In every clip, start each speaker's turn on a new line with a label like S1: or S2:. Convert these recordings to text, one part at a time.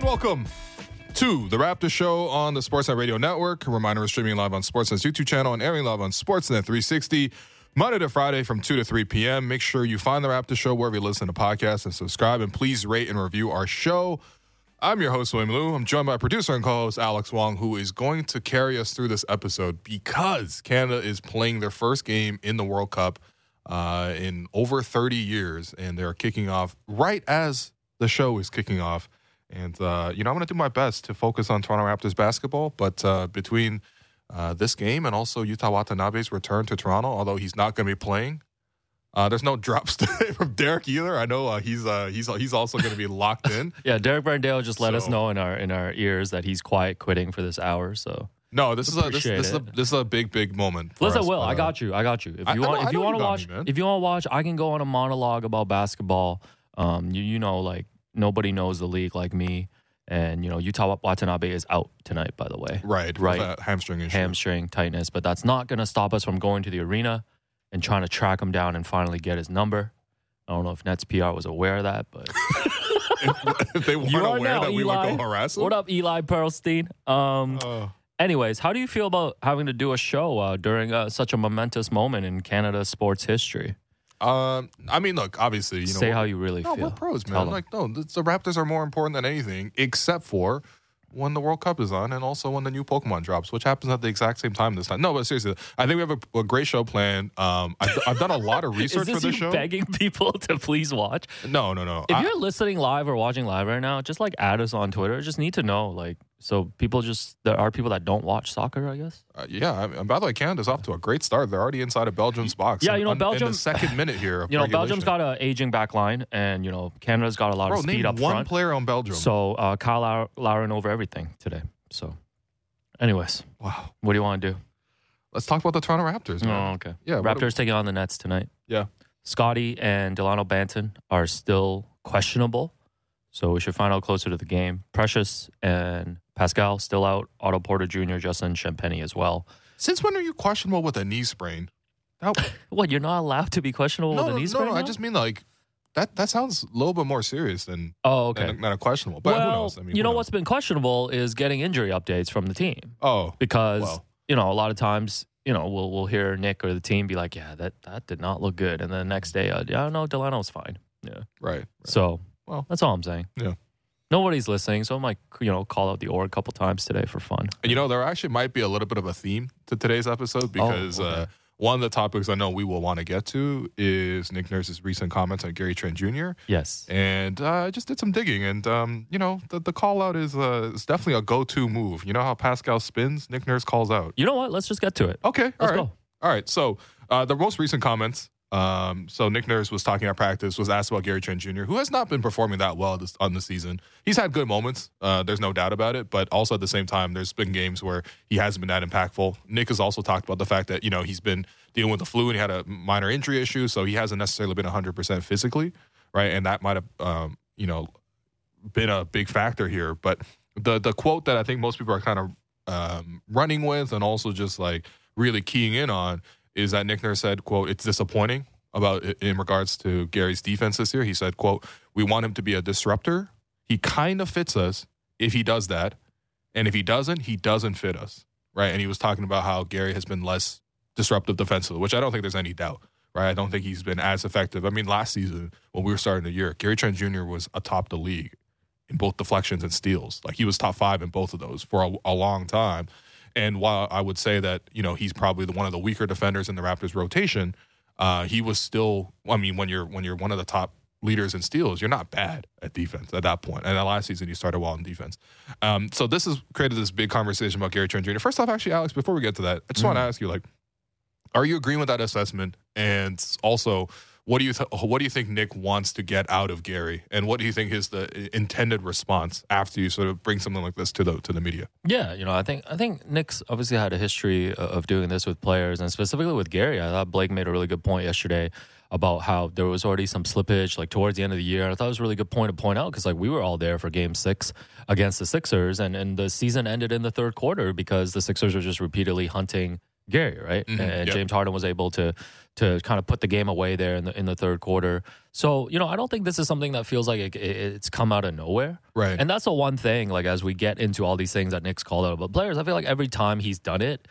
S1: Welcome to the Raptor Show on the Sportsnet Radio Network. A reminder we're streaming live on Sportsnet's YouTube channel and airing live on Sportsnet 360 Monday to Friday from 2 to 3 p.m. Make sure you find the Raptor Show wherever you listen to podcasts and subscribe. And please rate and review our show. I'm your host, William Liu. I'm joined by producer and co host Alex Wong, who is going to carry us through this episode because Canada is playing their first game in the World Cup uh, in over 30 years, and they're kicking off right as the show is kicking off. And, uh, you know, I'm going to do my best to focus on Toronto Raptors basketball, but uh, between uh, this game and also Utah Watanabe's return to Toronto, although he's not going to be playing. Uh, there's no drops today from Derek either. I know uh, he's uh, he's he's also going to be locked in.
S2: Yeah, Derek Brandale just let us
S1: So-
S2: know in our in our ears that he's quiet quitting for this hour. So
S1: No, this is a this,
S2: Appreciate
S1: this is a
S2: it.
S1: this is a big big moment. for
S2: listen,
S1: us.
S2: Will, I
S1: Uh,
S2: got you. I got you. If
S1: I-
S2: you
S1: I
S2: want,
S1: know- I
S2: if you
S1: know
S2: want
S1: you
S2: to
S1: got
S2: watch,
S1: me, man.
S2: if you want to watch, I can go on a monologue about basketball. Um, you you know, like nobody knows the league like me, and you know Utah Watanabe is out tonight. By the way,
S1: right with
S2: Right.
S1: that hamstring issue.
S2: hamstring tightness, but that's not going to stop us from going to the arena and trying to track him down and finally get his number. I don't know if Nets PR was aware of that, but
S1: if they weren't
S2: you are
S1: aware
S2: now,
S1: that we
S2: Eli.
S1: would go harass him.
S2: what up, Eli Pearlstein? Um,
S1: Uh,
S2: Anyways, how do you feel about having to do a show uh, during uh, such a momentous moment in Canada's sports history?
S1: um, I mean, look, obviously, you know,
S2: Say how you really
S1: no,
S2: feel.
S1: we're pros,
S2: Tell
S1: man.
S2: 'em.
S1: Like, no, the, the Raptors are more important than anything, except for when the World Cup is on, and also when the new Pokemon drops, which happens at the exact same time this time. No, but seriously, I think we have a, a great show planned. Um, I've, I've done a lot of
S2: Is
S1: research
S2: this
S1: for
S2: you
S1: this show.
S2: begging people to please watch?
S1: No, no, no.
S2: If
S1: I-
S2: you're listening live or watching live right now, just like add us on Twitter. Just need to know, like, so people just there are people that don't watch soccer, I guess.
S1: Uh, yeah, I mean, by the way, Canada's off to a great start. They're already inside of Belgium's box.
S2: Yeah,
S1: in-
S2: you know,
S1: in the
S2: Belgium-
S1: second minute here. of
S2: You know, Belgium's
S1: regulation.
S2: got an aging back line, and you know Canada's got a lot
S1: Bro,
S2: of speed
S1: name
S2: up
S1: one
S2: front.
S1: player on Belgium.
S2: So uh, Kyle Lau- Lauren over everything today. So, anyways,
S1: wow.
S2: what do you want to do?
S1: Let's talk about the Toronto Raptors.
S2: Oh,
S1: Man.
S2: okay.
S1: Yeah, what do-
S2: Raptors taking on the Nets tonight.
S1: Yeah.
S2: Scotty and Delano Banton are still questionable, so we should find out closer to the game. Precious and Pascal still out. Otto Porter Jr., Justin Champenny as well.
S1: Since when are you questionable with a knee sprain? That,
S2: What? You're not allowed to be questionable
S1: no,
S2: with
S1: no,
S2: a knee
S1: no,
S2: sprain
S1: no, I
S2: now?
S1: just mean like that. That sounds a little bit more serious than
S2: Oh,
S1: than-
S2: okay.
S1: than, a questionable. uh, But
S2: well,
S1: who knows? I mean,
S2: you
S1: who
S2: know
S1: knows?
S2: what's been questionable is getting injury updates from the team
S1: Oh,
S2: because
S1: Well.
S2: you know a lot of times. You know, we'll we'll hear Nick or the team be like, "Yeah, that that did not look good," and then the next day, uh, "Yeah, no, Delano's fine." Yeah,
S1: right. right.
S2: So,
S1: Well.
S2: that's all I'm saying.
S1: Yeah.
S2: Nobody's listening, so I might, you know, call out the org a couple times today for fun.
S1: And you know, there actually might be a little bit of a theme to today's episode because
S2: Oh, okay.
S1: uh, one of the topics I know we will want to get to is Nick Nurse's recent comments on Gary Trent Jr.
S2: Yes.
S1: and uh, I just did some digging. And um, you know, the, the call out is uh, it's definitely a go to move. You know how Pascal spins, Nick Nurse calls out.
S2: You know what? Let's just get to it.
S1: Okay, all
S2: Let's
S1: right,
S2: go.
S1: all right. So uh, the most recent comments. Um, so Nick Nurse was talking at practice, was asked about Gary Trent Jr., who has not been performing that well this, on the season. He's had good moments, uh, there's no doubt about it, but also at the same time, there's been games where he hasn't been that impactful. Nick has also talked about the fact that you know he's been dealing with the flu and he had a minor injury issue, so he hasn't necessarily been 100 percent physically, right? And that might have um, you know been a big factor here. But the the quote that I think most people are kind of um, running with and also just like really keying in on is that Nick Nurse said, "quote It's disappointing about in regards to Gary's defense this year." He said, "quote We want him to be a disruptor. He kind of fits us if he does that, and if he doesn't, he doesn't fit us." Right, and he was talking about how Gary has been less disruptive defensively, which I don't think there's any doubt. Right, I don't think he's been as effective. I mean, last season when we were starting the year, Gary Trent Jr. was atop the league in both deflections and steals. Like he was top five in both of those for a, a long time. And while I would say that you know he's probably the, one of the weaker defenders in the Raptors rotation, uh, he was still. I mean, when you're when you're one of the top leaders in steals, you're not bad at defense at that point. And then last season, he started well in defense. Um, so this has created this big conversation about Gary Trent Jr. First off, actually, Alex, before we get to that, I just want to ask you, like, are you agreeing with that assessment? And also, what do you th- what do you think Nick wants to get out of Gary, and what do you think is the i- intended response after you sort of bring something like this to the to the media?
S2: Yeah, you know, I think I think Nick's obviously had a history o- of doing this with players, and specifically with Gary. I thought Blake made a really good point yesterday about how there was already some slippage like towards the end of the year. And I thought it was a really good point to point out because like we were all there for Game Six against the Sixers, and and the season ended in the third quarter because the Sixers were just repeatedly hunting Gary, right?
S1: Mhm,
S2: and
S1: yeah.
S2: James Harden was able to to kind of put the game away there in the in the third quarter. So you know, I don't think this is something that feels like it, it- it's come out of nowhere.
S1: Right.
S2: And that's the one thing, like as we get into all these things that Nick's called out about players, I feel like every time he's done it,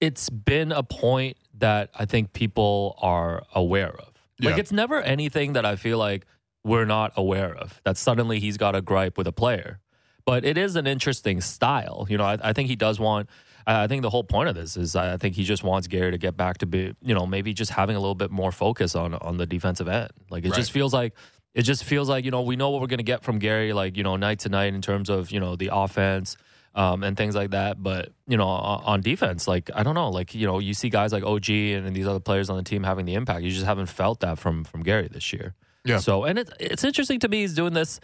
S2: it's been a point that I think people are aware of. Like
S1: Yeah.
S2: it's never anything that I feel like we're not aware of. That suddenly he's got a gripe with a player. But it is an interesting style. You know, I, I think he does want I I think the whole point of this is I I think he just wants Gary to get back to be, you know, maybe just having a little bit more focus on on the defensive end. Like it
S1: Right.
S2: just feels like it just feels like you know we know what we're gonna get from Gary, like you know night to night in terms of you know the offense um, and things like that. But you know on, on defense, like I don't know, like you know you see guys like OG and, and these other players on the team having the impact. You just haven't felt that from from Gary this year.
S1: Yeah.
S2: So and it, it's interesting to me he's doing this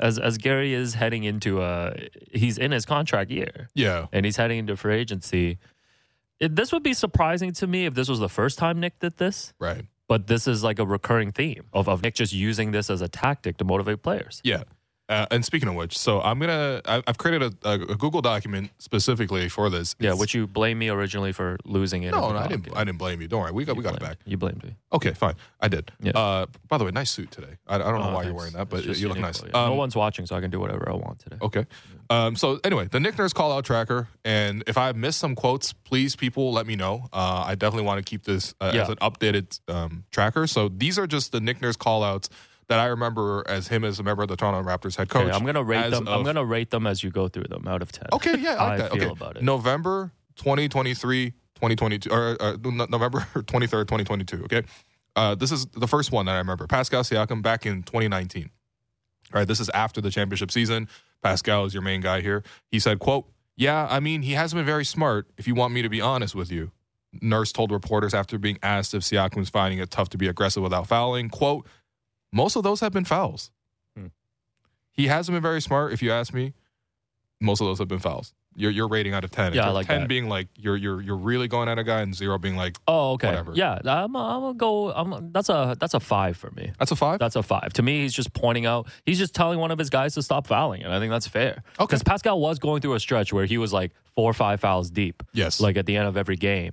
S2: as as Gary is heading into uh he's in his contract year
S1: yeah.
S2: and he's heading into free agency. It, this would be surprising to me if this was the first time Nick did this,
S1: Right.
S2: but this is like a recurring theme of, of Nick just using this as a tactic to motivate players.
S1: Yeah. Uh, and speaking of which, so I'm gonna I, I've created a, a, a Google document specifically for this.
S2: Yeah,
S1: It's-
S2: which you blame me originally for losing it.
S1: no,
S2: in
S1: no,
S2: the
S1: I
S2: doc.
S1: didn't. I didn't blame you. Don't worry, we got
S2: You
S1: we got it
S2: blamed-
S1: back.
S2: You blamed me.
S1: Okay, fine. I did.
S2: Yeah. Oh,
S1: Uh, by the way, nice suit today. I, I don't know why you're wearing that, but you look nice.
S2: no
S1: Um,
S2: one's watching, so I can do whatever I want today.
S1: Okay. Um, so anyway, the Nick Nurse call out tracker, and if I miss some quotes, please people let me know. Uh, I definitely want to keep this uh,
S2: Yeah.
S1: as an updated um, tracker. So these are just the Nick Nurse call outs that I remember as him as a member of the Toronto Raptors head coach.
S2: Okay, I'm gonna rate
S1: as
S2: them. I'm
S1: of-
S2: gonna rate them as you go through them out of ten.
S1: Okay, yeah, I,
S2: I
S1: like that.
S2: feel
S1: okay.
S2: about it.
S1: November 2023, 2022, or uh, no- November 23rd, 2022. Okay. Uh, this is the first one that I remember. Pascal Siakam back in 2019. All right. This is after the championship season. Pascal is your main guy here. He said, quote, yeah, I mean, he hasn't been very smart if you want me to be honest with you. Nurse told reporters after being asked if Siakam's finding it tough to be aggressive without fouling, quote, most of those have been fouls.
S2: Hmm.
S1: He hasn't been very smart, if you ask me. Most of those have been fouls. Your your rating out of ten.
S2: Yeah, I
S1: Your
S2: like
S1: ten
S2: that.
S1: being like you're you're you're really going at a guy, and zero being like
S2: Oh, okay.
S1: Whatever.
S2: Yeah, I'm, I'm gonna go. I'm, that's a that's a five for me.
S1: that's a five.
S2: That's a five. To me, he's just pointing out, he's just telling one of his guys to stop fouling. And I think that's fair.
S1: Okay.
S2: Because Pascal was going through a stretch where he was like four or five fouls deep,
S1: yes.
S2: like at the end of every game.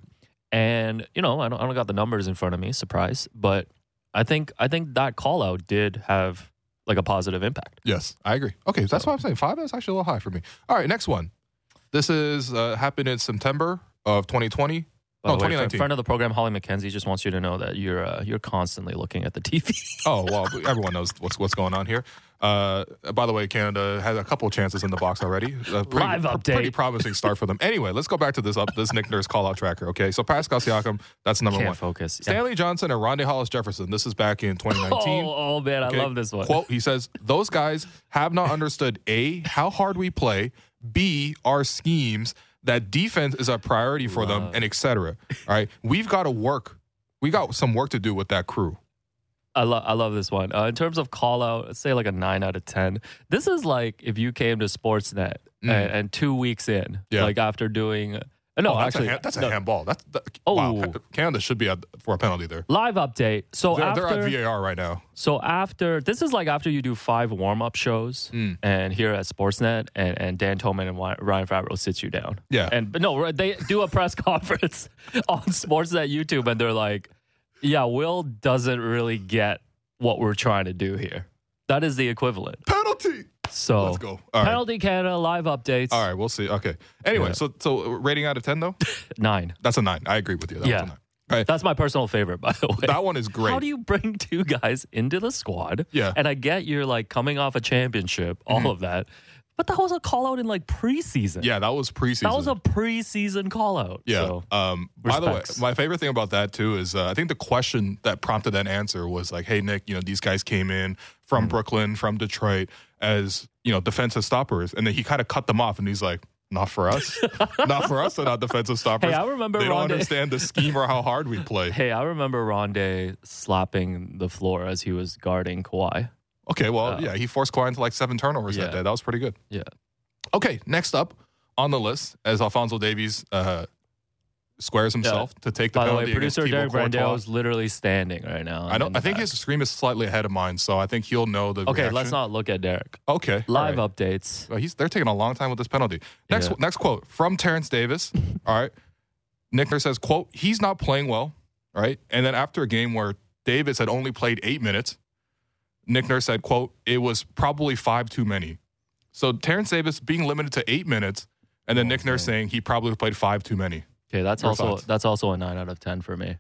S2: And, you know, I don't, I don't got the numbers in front of me, surprise. But I think, I think that call out did have like a positive impact.
S1: yes. I agree. Okay, that's what I'm saying. Five is actually a little high for me. All right, next one. This is uh, happened in September of 2020.
S2: By
S1: Oh,
S2: the way, fr-
S1: 2019.
S2: friend of the program, Holly McKenzie, just wants you to know that you're, uh, you're constantly looking at the TV.
S1: Oh well, everyone knows what's what's going on here. Uh, by the way, Canada has a couple chances in the box already. A pretty,
S2: Live
S1: pr-
S2: update.
S1: pretty promising start for them. Anyway, let's go back to this up this Nick Nurse call out tracker. Okay, so Pascal Siakam, that's number
S2: Can't
S1: one.
S2: focus. Yeah.
S1: Stanley Johnson and Rondé Hollis Jefferson. This is back in 2019.
S2: Oh, oh, man,
S1: Okay.
S2: I love this one.
S1: Quote, he says, Those guys have not understood A, how hard we play, B, our schemes, that defense is a priority for them,
S2: Love.
S1: and etc. All right. We've got to work. We got some work to do with that crew.
S2: I, lo- I love this one. Uh, in terms of call out, let's say like a nine out of 10. This is like if you came to Sportsnet
S1: Mm.
S2: and, and two weeks in,
S1: Yeah.
S2: like after doing, uh, no,
S1: Oh, that's
S2: actually,
S1: a, ha- that's a
S2: no.
S1: handball. That's that,
S2: Oh.
S1: wow. Canada should be at, for a penalty there.
S2: live update. So
S1: They're,
S2: after,
S1: they're at VAR right now.
S2: so after, this is like after you do five warm up shows
S1: Mm.
S2: and here at Sportsnet and, and Dan Tolman and Wy- Ryan Favreau sits you down.
S1: Yeah.
S2: And but no, they do a press conference on Sportsnet YouTube, and they're like, "Yeah, Will doesn't really get what we're trying to do here." That is the equivalent.
S1: penalty.
S2: So
S1: Let's go. All right.
S2: penalty Canada live updates.
S1: All right, we'll see. Okay. Anyway,
S2: Yeah.
S1: so so rating out of ten though,
S2: Nine.
S1: that's a nine. I agree with you. That
S2: Yeah.
S1: was a nine. All right,
S2: That's my personal favorite, by the way.
S1: that one is great.
S2: How do you bring two guys into the squad?
S1: Yeah. Mm-hmm.
S2: And I get you're like coming off a championship, all of that, but that was a call out in like preseason.
S1: yeah, that was preseason.
S2: That was a preseason call out.
S1: Yeah.
S2: So,
S1: um, by the way,
S2: respects.
S1: my favorite thing about that too is uh, I think the question that prompted that answer was like, "Hey Nick, you know these guys came in from
S2: Mm.
S1: Brooklyn, from Detroit as you know defensive stoppers," and then he kind of cut them off, and he's like, "Not for us, not for us. They're not defensive stoppers.
S2: hey, I remember
S1: they don't
S2: Rondé.
S1: understand the scheme or how hard we play."
S2: Hey, I remember Rondé slapping the floor as he was guarding Kawhi.
S1: Okay, well,
S2: Uh,
S1: yeah, he forced Kawhi into like seven turnovers
S2: Yeah.
S1: that day. That was pretty good.
S2: Yeah.
S1: Okay, next up on the list is Alfonso Davies uh, squares himself to take the
S2: By the
S1: penalty
S2: way, producer Derek
S1: against Thibaut
S2: Brandel
S1: Courtois.
S2: is literally standing right now.
S1: I
S2: in
S1: don't.
S2: the
S1: I think
S2: back.
S1: his scream is slightly ahead of mine, so I think he'll know the.
S2: Okay,
S1: reaction.
S2: let's not look at Derek.
S1: Okay, all
S2: Live
S1: right.
S2: updates.
S1: Well, he's they're taking a long time with this penalty. Next,
S2: Yeah.
S1: next quote from Terrence Davis. all right, Nick Nurse says, quote, he's not playing well, right? And then after a game where Davis had only played eight minutes, Nick Nurse said, quote, it was probably five too many. So Terrence Davis being limited to eight minutes, and then
S2: Oh,
S1: Nick Nurse
S2: okay.
S1: saying he probably played five too many.
S2: Okay, that's
S1: Your
S2: also
S1: thoughts?
S2: that's also a nine out of ten for me.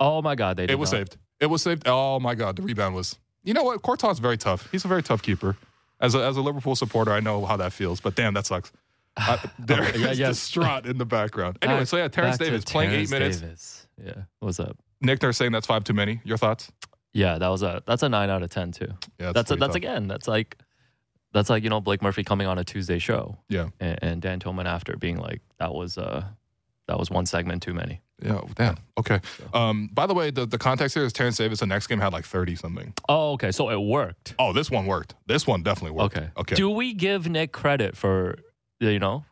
S2: Oh my god, they did
S1: It was
S2: not.
S1: saved. It was saved. Oh my God, the rebound was. You know what? Courtois very tough. He's a very tough keeper. As a, as a Liverpool supporter, I know how that feels. But damn, that sucks. Uh, there
S2: Okay, yeah,
S1: is
S2: yes.
S1: distraught in the background. Anyway,
S2: Back-
S1: so yeah, Terrence
S2: Back to
S1: Davis playing
S2: Terrence
S1: eight minutes.
S2: Davis. Yeah, what's up?
S1: Nick Nurse saying that's five too many. Your thoughts?
S2: Yeah, that was a that's a nine out of ten too.
S1: Yeah,
S2: that's a,
S1: pretty
S2: that's
S1: tough.
S2: again that's like that's like you know Blake Murphy coming on a Tuesday show.
S1: Yeah.
S2: and, and Dan Tillman after being like that was uh that was one segment too many.
S1: Yeah, oh, damn. Okay. Um, by the way, the, the context here is Terrence Davis. The next game had like thirty something.
S2: Oh, okay, so it worked.
S1: Oh, this one worked. This one definitely worked.
S2: Okay,
S1: Okay.
S2: Do we give Nick credit for you know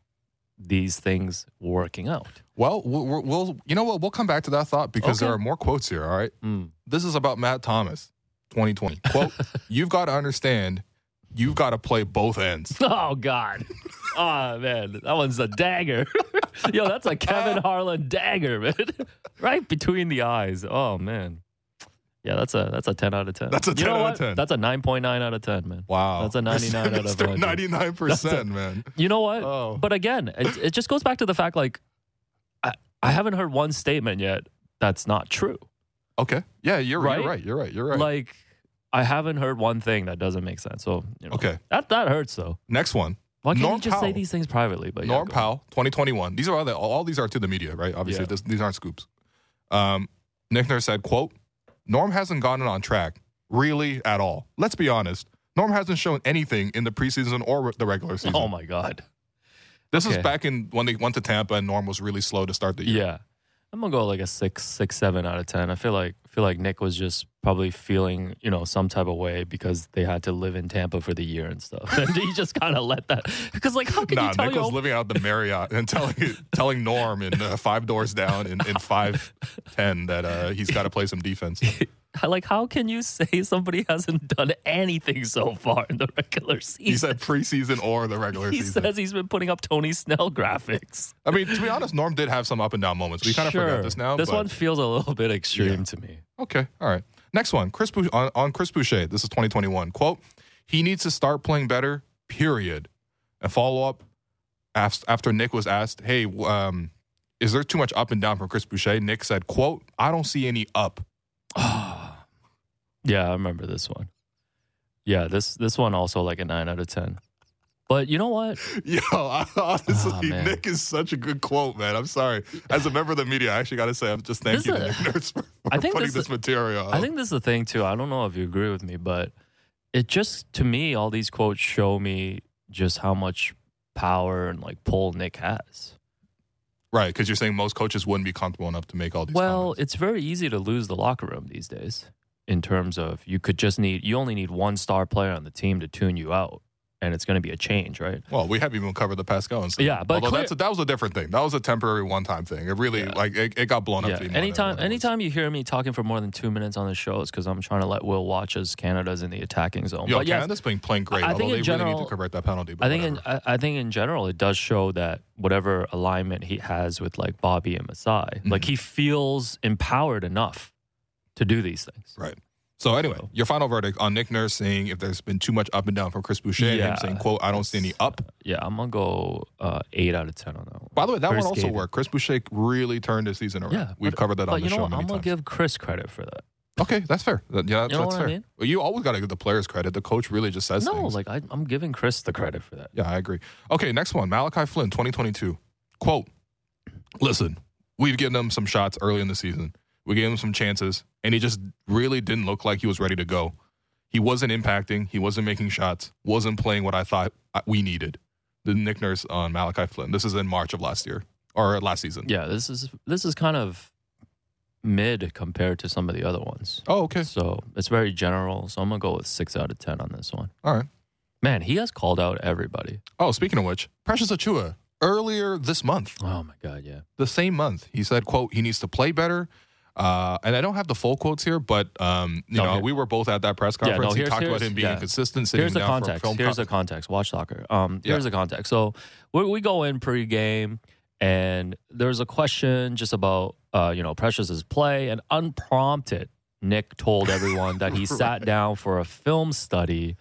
S2: these things working out?
S1: Well, we'll, we'll- we'll you know what? We'll come back to that thought because
S2: Okay.
S1: there are more quotes here. All right.
S2: Mm.
S1: This is about Matt Thomas, 2020. Quote: You've got to understand, you've got to play both ends.
S2: Oh God. Oh man, that one's a dagger. Yo, that's a Kevin Harlan dagger, man. right between the eyes. Oh man. Yeah, that's a that's a ten out of ten.
S1: That's a
S2: you
S1: 10
S2: know
S1: out of
S2: what?
S1: 10.
S2: That's a nine point nine out of ten, man.
S1: Wow.
S2: That's a 99 out of 100.
S1: Ninety-nine percent, man.
S2: You know what?
S1: Oh.
S2: But again, it, it just goes back to the fact like I, I haven't heard one statement yet that's not true.
S1: Okay. Yeah, you're right.
S2: Right?
S1: You're right. You're right. You're right.
S2: Like I haven't heard one thing that doesn't make sense. So you know,
S1: Okay.
S2: that that hurts though.
S1: Next one.
S2: Why can't
S1: Norm
S2: you just say
S1: Powell.
S2: these things privately? But yeah,
S1: Norm
S2: go.
S1: Powell, 2021. These are all the, all these are to the media, right? Obviously,
S2: Yeah.
S1: this, these aren't scoops. Um, Nick Nurse said, "quote Norm hasn't gotten on track really at all. Let's be honest. Norm hasn't shown anything in the preseason or the regular season.
S2: Oh my god.
S1: this is
S2: okay.
S1: back in when they went to Tampa and Norm was really slow to start the year.
S2: Yeah. I'm gonna go like a six, six, seven out of ten. I feel like feel like Nick was just probably feeling, you know, some type of way because they had to live in Tampa for the year and stuff. And he just kind of let that because like how can
S1: Nah,
S2: you tell
S1: Nick
S2: your
S1: was living out the Marriott and telling telling Norm in uh, five doors down in, in five ten that uh, he's got to play some defense.
S2: like how can you say somebody hasn't done anything so far in the regular
S1: He
S2: season?
S1: said preseason or the regular
S2: He
S1: season.
S2: says he's been putting up Tony Snell graphics.
S1: I mean, to be honest, Norm did have some up and down moments. We kind of forgot this now.
S2: This
S1: but-
S2: one feels a little bit extreme to me.
S1: Okay. All right. Next one, Chris Bouch- on, on Chris Boucher. This is 2021. Quote: He needs to start playing better. Period. And follow up af- after Nick was asked, "Hey, um, is there too much up and down from Chris Boucher?" Nick said, "Quote: I don't see any up."
S2: yeah, I remember this one. Yeah, this this one also like a nine out of ten. But you know what?
S1: Yo, I, honestly,
S2: Ah, man.
S1: Nick is such a good quote, man. I'm sorry. As a member of the media, I actually got to say, I'm just
S2: This
S1: thanking
S2: is a-
S1: Nick Nurse for, for
S2: I think
S1: putting
S2: this-
S1: this, material.
S2: I
S1: out.
S2: think this is the thing too. I don't know if you agree with me, but it just to me, all these quotes show me just how much power and like pull Nick has.
S1: right, because you're saying most coaches wouldn't be comfortable enough to make all these.
S2: well,
S1: comments.
S2: it's very easy to lose the locker room these days in terms of you could just need you only need one star player on the team to tune you out, and it's going to be a change, right?
S1: Well, we haven't even covered the Pascal incident.
S2: Yeah, but
S1: although
S2: clear-
S1: that's a, that was a different thing. That was a temporary one-time thing. It really
S2: Yeah.
S1: like it, it got blown up.
S2: Yeah.
S1: to be more than
S2: Anytime,
S1: what it was.
S2: anytime you hear me talking for more than two minutes on the show, it's because I'm trying to let Will watch as Canada's in the attacking zone.
S1: Yo,
S2: but yes,
S1: Canada's been playing great.
S2: I- I
S1: although
S2: think
S1: they really
S2: in
S1: need
S2: general-
S1: to convert that penalty. But
S2: I think in,
S1: whatever.
S2: I, I think in general it does show that whatever alignment he has with like Bobby and Masai, like
S1: Mm-hmm.
S2: he feels empowered enough to do these things.
S1: right. So anyway, your final verdict on Nick Nurse saying if there's been too much up and down from Chris Boucher, and
S2: Yeah.
S1: him saying, "quote I don't see any up."
S2: Yeah, I'm gonna go uh, eight out of ten on that one.
S1: By the way, that
S2: Very
S1: one also
S2: scathing. worked.
S1: worked. Chris Boucher really turned his season around.
S2: Yeah,
S1: We've covered that
S2: But
S1: on the
S2: you know
S1: show
S2: what?
S1: many
S2: I'm gonna
S1: times.
S2: give Chris credit for that.
S1: okay, that's fair. That- Yeah, that's,
S2: You know
S1: that's
S2: what I
S1: fair.
S2: mean?
S1: Well, you always got to give the players credit. The coach really just says
S2: no,
S1: things.
S2: like I, I'm giving Chris the credit for that.
S1: Yeah, I agree. Okay, next one. Malachi Flynn, 2022. Quote Listen, we've given him some shots early in the season. We gave him some chances, and he just really didn't look like he was ready to go. He wasn't impacting. He wasn't making shots. Wasn't playing what I thought I- we needed. The Nick Nurse on Malachi Flynn. This is in March of last year or last season.
S2: Yeah, this is this is kind of mid compared to some of the other ones.
S1: Oh, okay.
S2: So it's very general. So I'm gonna go with six out of ten on this one.
S1: All right.
S2: Man, he has called out everybody.
S1: Oh, speaking of which, Precious Achua earlier this month
S2: Oh my god, yeah.
S1: the same month. He said, "quote He needs to play better." Uh, and I don't have the full quotes here, but um, you
S2: Okay.
S1: know, we were both at that press
S2: Yeah, no,
S1: conference. he
S2: here's-
S1: talked about
S2: here's-
S1: him being
S2: yeah.
S1: inconsistent. Sitting
S2: Here's the
S1: down for a
S2: context.
S1: film
S2: Here's the
S1: con-
S2: context. Watch soccer. Um,
S1: Yeah.
S2: here's the context. So we, we go in pre-game, and there's a question just about uh, you know Precious's play, and unprompted, Nick told everyone that he sat down for a film study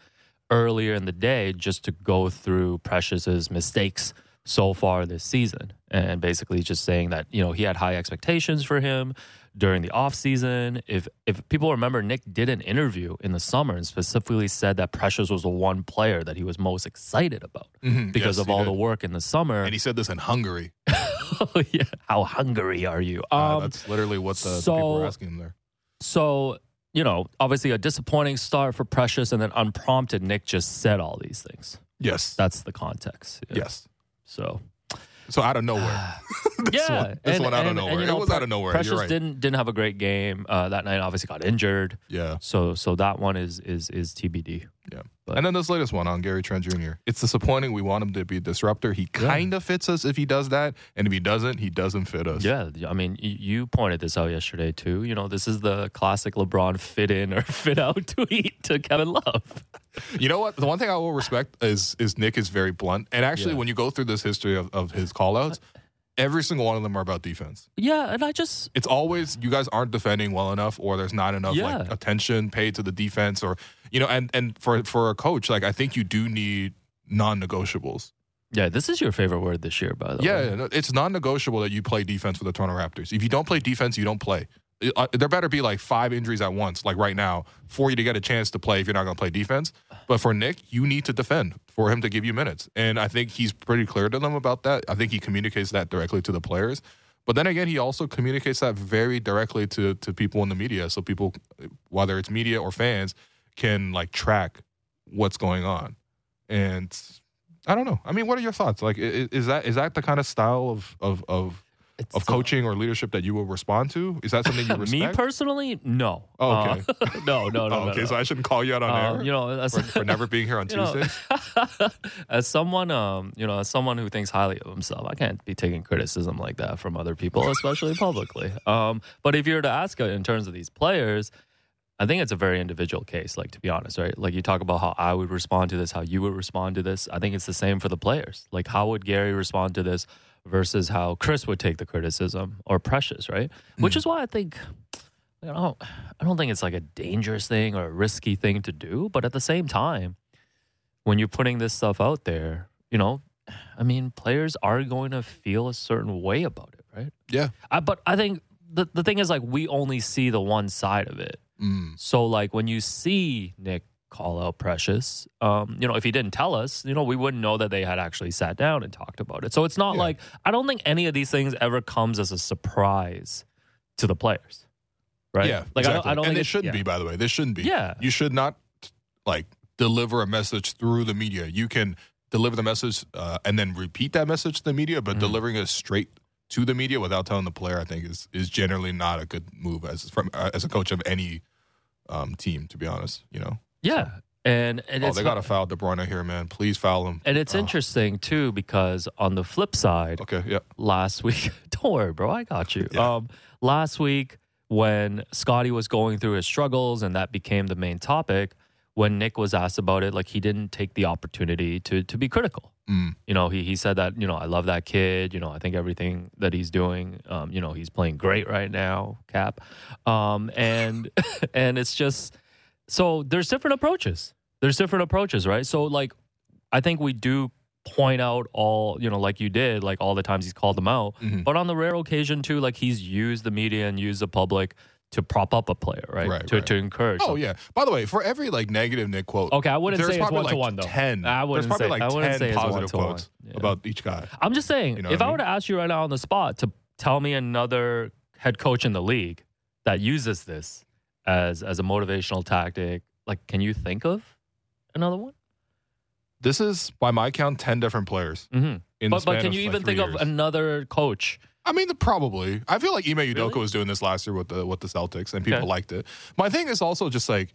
S2: earlier in the day just to go through Precious's mistakes so far this season, and basically just saying that you know he had high expectations for him during the offseason. If if people remember, Nick did an interview in the summer and specifically said that Precious was the one player that he was most excited about
S1: Mhm,
S2: because
S1: yes,
S2: of
S1: he
S2: all
S1: did.
S2: the work in the summer.
S1: And he said this in Hungary.
S2: Oh, yeah. How hungry are you?
S1: Uh,
S2: Um,
S1: that's literally what the, the people
S2: so-
S1: were asking him there.
S2: so, you know, obviously a disappointing start for Precious, and then unprompted, Nick just said all these things.
S1: Yes.
S2: That's the context. Yeah.
S1: yes.
S2: So,
S1: So out of nowhere. this
S2: yeah.
S1: one, this
S2: and-
S1: one out of
S2: and- and,
S1: nowhere.
S2: you know,
S1: it was
S2: Pre-
S1: out of nowhere.
S2: Precious
S1: You're right.
S2: didn't didn't have a great game uh, that night. Obviously, got injured.
S1: yeah.
S2: So, so that one is is is TBD. But-
S1: And then this latest one on Gary Trent Jr. It's disappointing. We want him to be a disruptor. He
S2: Yeah.
S1: kind of fits us if he does that, and if he doesn't, he doesn't fit us.
S2: Yeah, I mean, y- you pointed this out yesterday too. You know, this is the classic LeBron fit in or fit out tweet to Kevin Love.
S1: You know what? The one thing I will respect is is Nick is very blunt. And actually,
S2: Yeah.
S1: when you go through this history of, of his callouts, every single one of them are about defense.
S2: Yeah, and I just
S1: It's always you guys aren't defending well enough, or there's not enough like
S2: Yeah.
S1: attention paid to the defense, or you know. And and for for a coach, like I think you do need non-negotiables.
S2: Yeah, this is your favorite word this year, by the
S1: Yeah,
S2: way.
S1: yeah, no, it's non-negotiable that you play defense for the Toronto Raptors. If you don't play defense, you don't play. It- uh, there better be like five injuries at once, like right now, for you to get a chance to play if you're not going to play defense. But for Nick, you need to defend for him to give you minutes, and I think he's pretty clear to them about that. I think he communicates that directly to the players. But then again, he also communicates that very directly to to people in the media, so people, whether it's media or fans, can like track what's going on. And I don't know. I mean, what are your thoughts? Like, i- i- is that is that the kind of style of of of,
S2: It's,
S1: of coaching or leadership that you will respond to? Is that something you
S2: uh, me
S1: respect?
S2: personally, no.
S1: Oh, okay.
S2: Uh, no, no, no.
S1: oh,
S2: no,
S1: okay,
S2: no.
S1: so I shouldn't call you out on
S2: Um,
S1: air
S2: you know, as,
S1: for, for never being here on
S2: you know,
S1: Tuesdays.
S2: as someone, um, you know, as someone who thinks highly of himself, I can't be taking criticism like that from other people, especially publicly. Um, but if you were to ask uh, in terms of these players, I think it's a very individual case. Like to be honest, right? Like you talk about how I would respond to this, how you would respond to this. I think it's the same for the players. Like how would Gary respond to this versus how Chris would take the criticism or Precious, right? Which is why I think you know, I don't think it's like a dangerous thing or a risky thing to do, but at the same time, when you're putting this stuff out there, you know, I mean, players are going to feel a certain way about it, right?
S1: Yeah.
S2: I, but I think the, the thing is like we only see the one side of it.
S1: Mm.
S2: So like when you see Nick call out Precious, um, you know, if he didn't tell us, you know, we wouldn't know that they had actually sat down and talked about it. So it's not
S1: Yeah.
S2: like I don't think any of these things ever comes as a surprise to the players. Right?
S1: Yeah,
S2: Like
S1: exactly.
S2: I don't, I
S1: and
S2: don't think
S1: it
S2: it's-
S1: shouldn't
S2: yeah.
S1: be. By the way, this shouldn't be.
S2: Yeah.
S1: you should not like deliver a message through the media. You can deliver the message uh, and then repeat that message to the media, but
S2: Mhm.
S1: delivering it straight to the media without telling the player, I think, is is generally not a good move as from uh, as a coach of any um, team. To be honest, you know,
S2: Yeah. And, and
S1: oh,
S2: it's
S1: they got to foul De Bruyne here, man. Please foul him.
S2: and it's
S1: Oh.
S2: interesting too because on the flip side,
S1: Okay, yeah,
S2: last week. Don't worry, bro. I got you.
S1: Yeah.
S2: Um, last week, when Scotty was going through his struggles and that became the main topic, when Nick was asked about it, like he didn't take the opportunity to to be critical.
S1: Mm.
S2: You know, he he said that you know I love that kid. You know, I think everything that he's doing. Um, you know, he's playing great right now, Cap. Um, and and it's just so there's different approaches. There's different approaches, right? So like, I think we do point out all you know, like you did, like all the times he's called them out.
S1: Mhm.
S2: But on the rare occasion too, like he's used the media and used the public to prop up a player, right?
S1: Right,
S2: to
S1: right.
S2: to encourage.
S1: Oh
S2: something.
S1: yeah. By the way, for every like negative Nick quote,
S2: Okay, Oh, I wouldn't
S1: there's
S2: say it's
S1: probably
S2: one to
S1: like
S2: one though.
S1: Ten.
S2: I wouldn't
S1: there's
S2: say.
S1: probably
S2: I
S1: like
S2: wouldn't
S1: ten
S2: say it's
S1: positive
S2: one-to-one.
S1: quotes
S2: Yeah.
S1: about each guy.
S2: I'm just saying,
S1: You know
S2: if
S1: what
S2: I
S1: I
S2: were to ask you right now on the spot to tell me another head coach in the league that uses this as as a motivational tactic, like can you think of another one?
S1: This is by my count ten different players.
S2: Mm-hmm.
S1: In the
S2: But
S1: span
S2: but can
S1: of,
S2: you
S1: like,
S2: even
S1: three
S2: think
S1: years.
S2: of another coach?
S1: I mean, the, probably. I feel like Ime Udoka
S2: Really?
S1: was doing this last year with the with the Celtics, and people
S2: Okay.
S1: liked it. My thing is also just like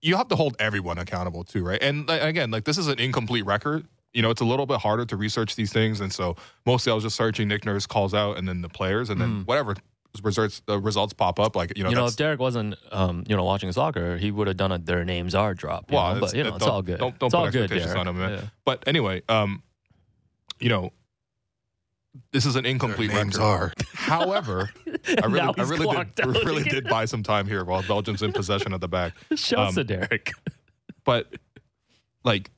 S1: you have to hold everyone accountable too, right? And like, again, like this is an incomplete record. You know, it's a little bit harder to research these things, and so mostly I was just searching Nick Nurse calls out, and then the players, and then whatever results the results pop up. Like you know,
S2: Hmm. You know,
S1: that's-
S2: if Derek wasn't, um, you know, watching soccer, he would have done a "their names are" drop. You
S1: Well,
S2: know?
S1: it's-
S2: but you know,
S1: it-
S2: it's
S1: don't-
S2: all good.
S1: don't- don't
S2: it's all
S1: put
S2: good,
S1: expectations
S2: Derek.
S1: on him, man. But anyway, um, you know, this is an
S3: Their
S1: incomplete
S3: names
S1: record.
S3: are.
S1: However, I really,
S2: Now
S1: I
S2: he's
S1: really
S2: clocked
S1: did,
S2: out
S1: really
S2: again.
S1: did buy some time here while Belgium's in possession of the back.
S2: Shouts
S1: Um,
S2: to Derek.
S1: But like,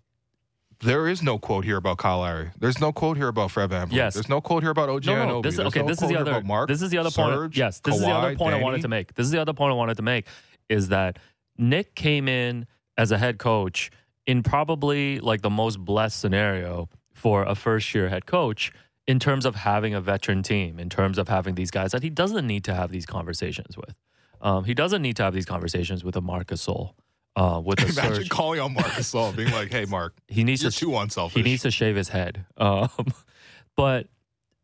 S1: there is no quote here about Kyle Lowry. There's no quote here about Fred VanVleet.
S2: Yes.
S1: There's no quote here about OG
S2: No, no,
S1: Anunobi.
S2: this,
S1: There's
S2: okay,
S1: no
S2: this is
S1: quote
S2: the
S1: here
S2: other.
S1: about Mark.
S2: this is the other point.
S1: Serge,
S2: Yes, this is the other
S1: Kawhi,
S2: point I
S1: Danny.
S2: wanted to make. This is the other point I wanted to make is that Nick came in as a head coach in probably like the most blessed scenario for a first year head coach in terms of having a veteran team, in terms of having these guys that he doesn't need to have these conversations with. Um, he doesn't need to have these conversations with a Marcus Sol, uh, with a
S1: Imagine
S2: Serge.
S1: calling on Mark Gasol, being like, "Hey, Mark,
S2: He needs
S1: you're
S2: to
S1: too unselfish."
S2: he needs to shave his head. Um, but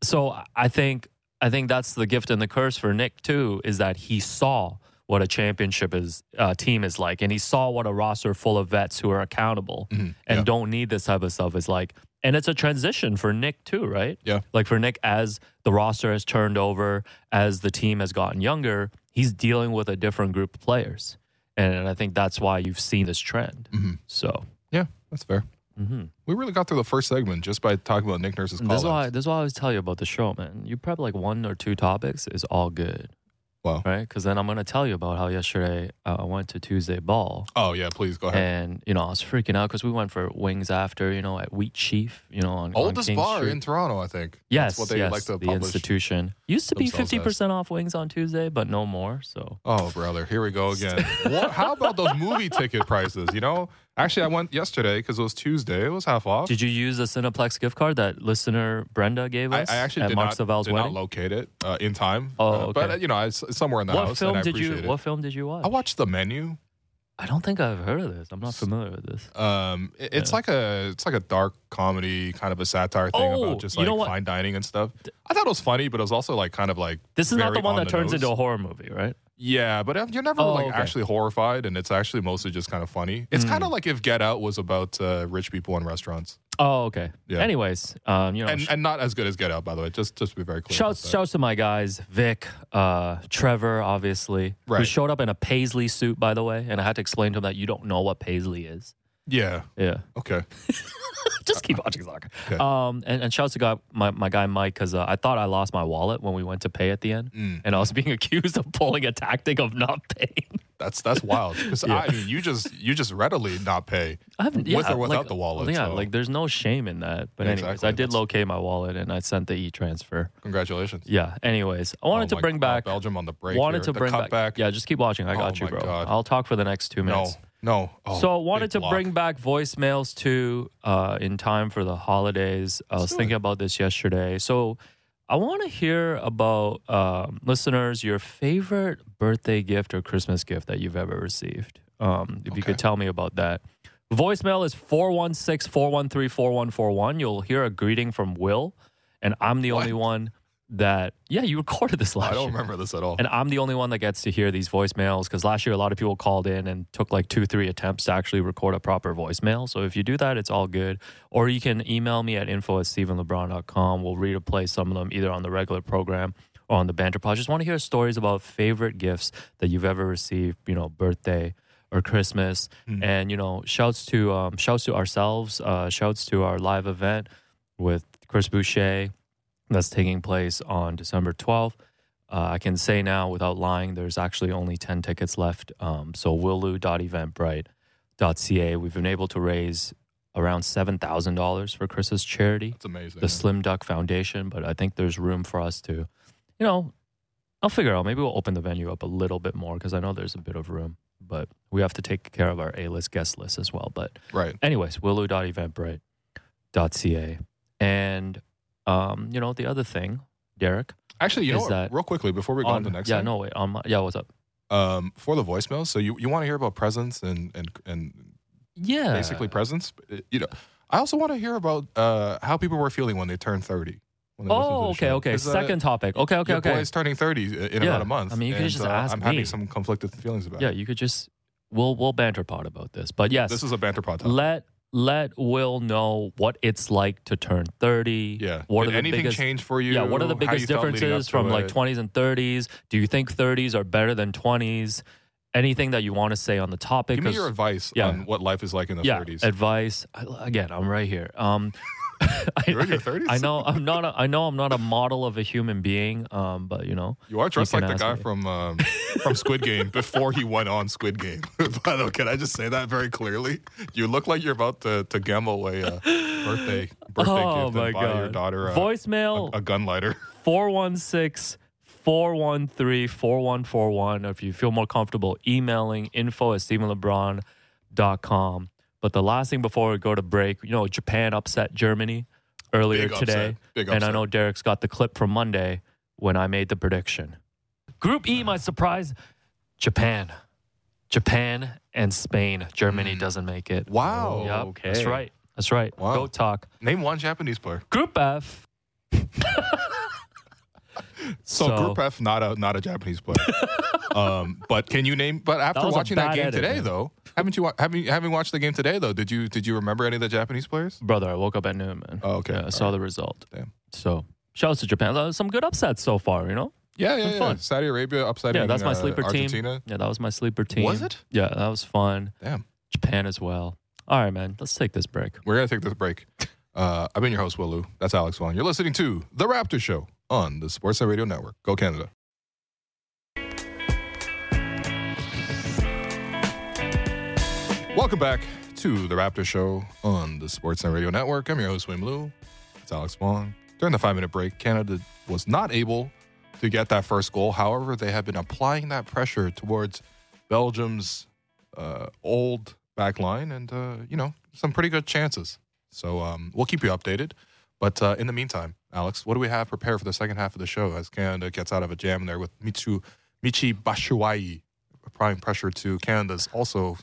S2: so I think I think that's the gift and the curse for Nick too is that he saw what a championship is uh, team is like, and he saw what a roster full of vets who are accountable
S1: Mhm,
S2: and
S1: yeah.
S2: don't need this type of stuff is like. And it's a transition for Nick too, right?
S1: Yeah.
S2: Like for Nick, as the roster has turned over, as the team has gotten younger, he's dealing with a different group of players, and, and I think that's why you've seen this trend.
S1: Mhm.
S2: So.
S1: yeah, that's fair.
S2: hmm
S1: We really got through the first segment just by talking about Nick Nurse's
S2: This is, why,
S1: call.
S2: this is why I always tell you about the show, man. You prep like one or two topics is all good,
S1: Wow.
S2: right? Because then I'm going to tell you about how yesterday uh, I went to Tuesday Ball.
S1: Oh yeah, please go ahead.
S2: And, you know, I was freaking out because we went for wings after, you know, at Wheat Chief, you know, on on
S1: Oldest
S2: King
S1: bar
S2: Street.
S1: in Toronto, I think.
S2: Yes,
S1: that's what they
S2: yes,
S1: like to
S2: the
S1: publish.
S2: institution. Used to be
S1: themselves as.
S2: 50% off wings on Tuesday, but no more. So
S1: Oh, brother, here we go again. what, how about those movie ticket prices? You know, actually, I went yesterday because it was Tuesday. It was half off.
S2: did you use the Cineplex gift card that listener Brenda gave
S1: I,
S2: us
S1: I actually
S2: at
S1: did,
S2: Mark
S1: not,
S2: Savell's
S1: did not
S2: wedding?
S1: locate it uh, in time.
S2: Oh,
S1: Uh, but
S2: okay.
S1: uh, you know, I, it's somewhere in the
S2: what
S1: house.
S2: film
S1: and I
S2: did you
S1: appreciate It.
S2: what film did you watch?
S1: I watched the menu.
S2: I don't think I've heard of this. I'm not familiar with this.
S1: Um, it- it's
S2: Yeah.
S1: like a it's like a dark comedy, kind of a satire thing
S2: Oh,
S1: about just
S2: you
S1: like
S2: know what?
S1: fine dining and stuff. I thought it was funny, but it was also like kind of like
S2: This is not
S1: very
S2: the one
S1: on
S2: that
S1: the
S2: turns
S1: nose.
S2: into a horror movie, right?
S1: Yeah, but I've- you're never
S2: Oh,
S1: like
S2: okay. Hmm.
S1: actually horrified, and it's actually mostly just kind of funny. It's kind of like if Get Out was about uh, rich people in restaurants,
S2: Oh, okay.
S1: Yeah.
S2: Anyways, um, you know,
S1: and
S2: sh-
S1: and not as good as Get Out, by the way. Just just to be very clear. about
S2: shouts
S1: that.
S2: shouts to my guys, Vic, uh, Trevor, obviously, who
S1: Right.
S2: showed up in a paisley suit, by the way, and I had to explain to him that you don't know what paisley is.
S1: Yeah.
S2: Yeah,
S1: Okay.
S2: just keep watching soccer.
S1: Okay.
S2: Um, and, and shouts to guy, my my guy Mike because uh, I thought I lost my wallet when we went to pay at the end,
S1: Mm.
S2: and I was being accused of pulling a tactic of not paying.
S1: That's that's wild. 'Cause I mean, you just you just readily not pay.
S2: I haven't,
S1: With or without
S2: like,
S1: the wallet,
S2: Yeah,
S1: so-
S2: like there's no shame in that. But
S1: Yeah,
S2: anyways,
S1: exactly.
S2: I did
S1: That's-
S2: locate my wallet and I sent the e transfer.
S1: Congratulations.
S2: Yeah. Anyways, I wanted
S1: Oh
S2: to
S1: my
S2: bring
S1: God,
S2: back.
S1: Belgium on the break.
S2: wanted
S1: here.
S2: to
S1: The
S2: bring back,
S1: cutback.
S2: Yeah, just keep watching. I
S1: Oh
S2: got you,
S1: my
S2: bro.
S1: God.
S2: I'll talk for the next two
S1: No.
S2: minutes.
S1: No. Oh,
S2: so
S1: big
S2: wanted to
S1: block.
S2: bring back voicemails too uh, in time for the holidays. I was
S1: do
S2: thinking about this yesterday. So I want to hear about um, listeners your favorite birthday gift or Christmas gift that you've ever received. Um, if you
S1: Okay.
S2: could tell me about that. Voicemail is 416 413 4141. You'll hear a greeting from Will, and I'm the only one that, yeah, you recorded this last
S1: I don't
S2: year.
S1: remember this at all.
S2: And I'm the only one that gets to hear these voicemails because last year a lot of people called in and took like two, three attempts to actually record a proper voicemail. So if you do that, it's all good. Or you can email me at info at stephenlebron.com. We'll read or play some of them either on the regular program or on the banter pod. Just want to hear stories about favorite gifts that you've ever received, you know, birthday or Christmas. And, you know, shouts to um, shouts to ourselves, uh, shouts to our live event with Chris Boucher that's taking place on December 12th. Uh, I can say now without lying, there's actually only 10 tickets left. Um, so willu.eventbrite.ca. We've been able to raise around $7,000 for Chris's charity,
S1: It's amazing.
S2: the Slim Duck Foundation, but I think there's room for us to, you know, I'll figure out. Maybe we'll open the venue up a little bit more because I know there's a bit of room, but we have to take care of our A-list guest list as well. But
S1: right.
S2: anyways, willu.eventbrite.ca. And, um, you know, the other thing, Derek.
S1: Actually, you know
S2: Is
S1: what?
S2: that-
S1: Real quickly before we go on, to the next
S2: yeah,
S1: thing,
S2: no, wait. On my, yeah, what's up?
S1: um, for the voicemails, so you, you want to hear about presents and and and
S2: Yeah.
S1: basically presents. but, You know, I also want to hear about uh, how people were feeling when they turned thirty. when they listened to
S2: Oh,
S1: the
S2: okay,
S1: show.
S2: okay.
S1: 'Cause, uh,
S2: Second topic. Okay, okay,
S1: your
S2: okay.
S1: boy's turning thirty uh, in
S2: Yeah.
S1: about a month.
S2: I mean, you could
S1: and,
S2: just
S1: uh,
S2: ask
S1: I'm having
S2: me.
S1: some conflicted feelings about.
S2: yeah,
S1: it.
S2: you could just we'll we'll banter pot about this. But yes,
S1: This is a banter pod. topic.
S2: let let Will know what it's like to turn thirty.
S1: yeah.
S2: What
S1: Did
S2: are the
S1: anything
S2: biggest
S1: change for you?
S2: Yeah, what are the
S1: How
S2: biggest
S1: you felt leading up
S2: differences
S1: to
S2: from like
S1: it?
S2: 20s and 30s? Do you think 30s are better than 20s? Anything that you want to say on the topic?
S1: Give me
S2: 'cause-
S1: your advice
S2: Yeah.
S1: on what life is like in the
S2: yeah,
S1: 30s.
S2: advice. I, again, I'm right here. Um,
S1: You're in your 30s?
S2: I know I'm not. A, I know I'm not a model of a human being. Um, but you know,
S1: You are dressed
S2: You
S1: like
S2: can
S1: the guy
S2: ask me.
S1: from um, from Squid Game before he went on Squid Game. By the way, can I just say that very clearly? You look like you're about to, to gamble a uh, birthday birthday
S2: oh
S1: gift
S2: my
S1: and buy
S2: god,
S1: your daughter uh,
S2: voicemail
S1: a gun lighter.
S2: 416 413 4141. If you feel more comfortable emailing info at StephenLeBron.com. But the last thing before we go to break, you know, Japan upset Germany earlier
S1: Big
S2: today.
S1: upset. Big
S2: And I
S1: upset.
S2: know Derek's got the clip from Monday when I made the prediction. Group E, my surprise Japan. Japan and Spain. Germany doesn't make it.
S1: Mm. Wow.
S2: Yep. That's
S3: okay.
S2: right. That's right.
S1: Wow.
S2: Go talk.
S1: Name one Japanese player.
S2: Group F.
S1: So, Group F, not a not a Japanese player. um, but can you name? But after
S2: was a
S1: watching that
S2: bad
S1: game
S2: edit,
S1: today,
S2: man.
S1: though, haven't you wa- having having watched the game today though? Did you did you remember any of the Japanese players?
S2: brother, I woke up at noon, man.
S1: Oh, okay.
S2: Yeah, I
S1: All
S2: saw the result.
S1: Damn.
S2: So, shouts to Japan. Uh, Some good upsets so far, you know?
S1: Yeah, yeah,
S2: Been
S1: yeah.
S2: fun.
S1: Saudi Arabia upsetting.
S2: Yeah, that's my
S1: uh,
S2: sleeper
S1: Argentina.
S2: team. Yeah, that was my sleeper team.
S1: Was it?
S2: Yeah, that was fun.
S1: Damn.
S2: Japan as well. All right, man. Let's take this break.
S1: We're gonna take this break. Uh, I've been your host, Willu. That's Alex Vaughn. You're listening to The Raptor Show on the Sportsnet Radio Network. Go Canada. Welcome back to The Raptor Show on the Sportsnet Radio Network. I'm your host, Wim Lou. It's Alex Vaughn. During the five minute break, Canada was not able to get that first goal. However, they have been applying that pressure towards Belgium's uh, old back line and, uh, you know, some pretty good chances. So um, we'll keep you updated. But uh, in the meantime, Alex, what do we have prepared for the second half of the show as Canada gets out of a jam there with Michu, Michi Bashuayi applying pressure to Canada's also,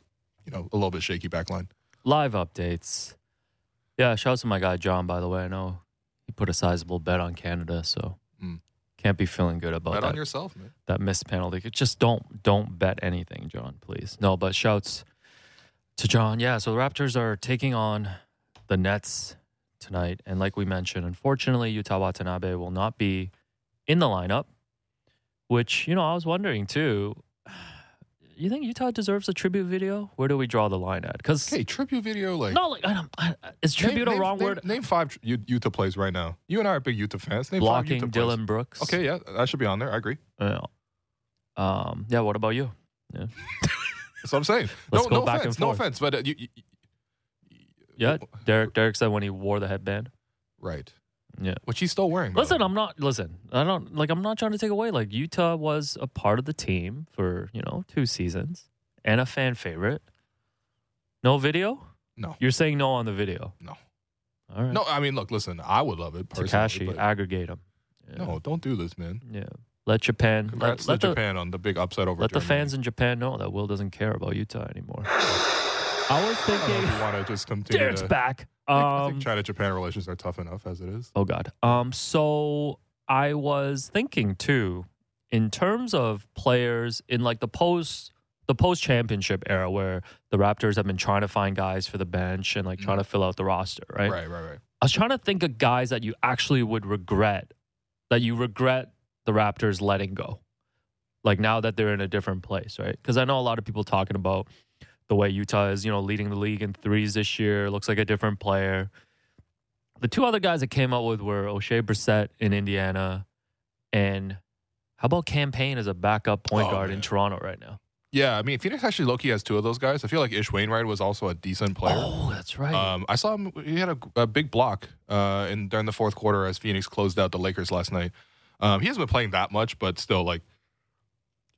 S1: you know, a little bit shaky back line?
S2: Live updates. Yeah, shouts to my guy, John, by the way. I know he put a sizable bet on Canada, so
S1: Mm.
S2: can't be feeling good about
S1: Bet
S2: that.
S1: on yourself, man.
S2: that missed penalty. Just don't don't bet anything, John, please. No, but shouts to John. Yeah, so the Raptors are taking on the Nets tonight. And like we mentioned, unfortunately, Utah Watanabe will not be in the lineup, which, you know, I was wondering too. You think Utah deserves a tribute video? Where do we draw the line at? Because
S1: Okay, tribute video, like.
S2: not like I don't, I, is
S1: name-
S2: tribute
S1: name-
S2: a wrong
S1: name-
S2: word?
S1: Name five U- Utah plays right now. You and I are big Utah fans. Name
S2: Blocking
S1: five Utah plays.
S2: Dylan Brooks.
S1: Okay, yeah, that should be on there. I agree.
S2: Yeah. Um, yeah. What about you?
S1: That's what I'm saying.
S2: Let's
S1: no,
S2: go
S1: no
S2: back and
S1: offense, no
S2: forth.
S1: offense, but uh, you, you,
S2: Yeah. Derek. Derek said when he wore the headband.
S1: right.
S2: Yeah.
S1: which he's still wearing. by the
S2: Listen,
S1: way.
S2: I'm not listen. I don't like. I'm not trying to take away. Like Utah was a part of the team for you know two seasons and a fan favorite. No video.
S1: No.
S2: you're saying no on the video.
S1: No.
S2: All right.
S1: No, I mean, look, listen, I would love it personally.
S2: Takashi,
S1: but
S2: aggregate them. Yeah.
S1: No, don't do this, man.
S2: Yeah. Let Japan.
S1: Congrats
S2: Let, let
S1: to
S2: the
S1: Japan on the big upset over
S2: let the
S1: Germany.
S2: fans in Japan know that Will doesn't care about Utah anymore. I was
S1: I don't know
S2: thinking
S1: if you want to just continue.
S2: Derek's
S1: to,
S2: back.
S1: I
S2: Um,
S1: think China Japan relations are tough enough as it is.
S2: Oh God. Um. So I was thinking too, in terms of players in like the post the post championship era where the Raptors have been trying to find guys for the bench and like trying to fill out the roster, right?
S1: right, right. right.
S2: I was trying to think of guys that you actually would regret that you regret the Raptors letting go. Like now that they're in a different place, right? Because I know a lot of people talking about the way Utah is, you know, leading the league in threes this year, looks like a different player. The two other guys that came up with were O'Shea Brissett in Indiana and how about campaign as a backup point
S1: Oh,
S2: guard in
S1: man.
S2: Toronto right now?
S1: Yeah, I mean, Phoenix actually Loki has two of those guys. I feel like Ish Wainwright was also a decent player.
S2: Oh, that's right.
S1: Um, I saw him. He had a, a big block uh, in during the fourth quarter as Phoenix closed out the Lakers last night. Um, he hasn't been playing that much, but still, like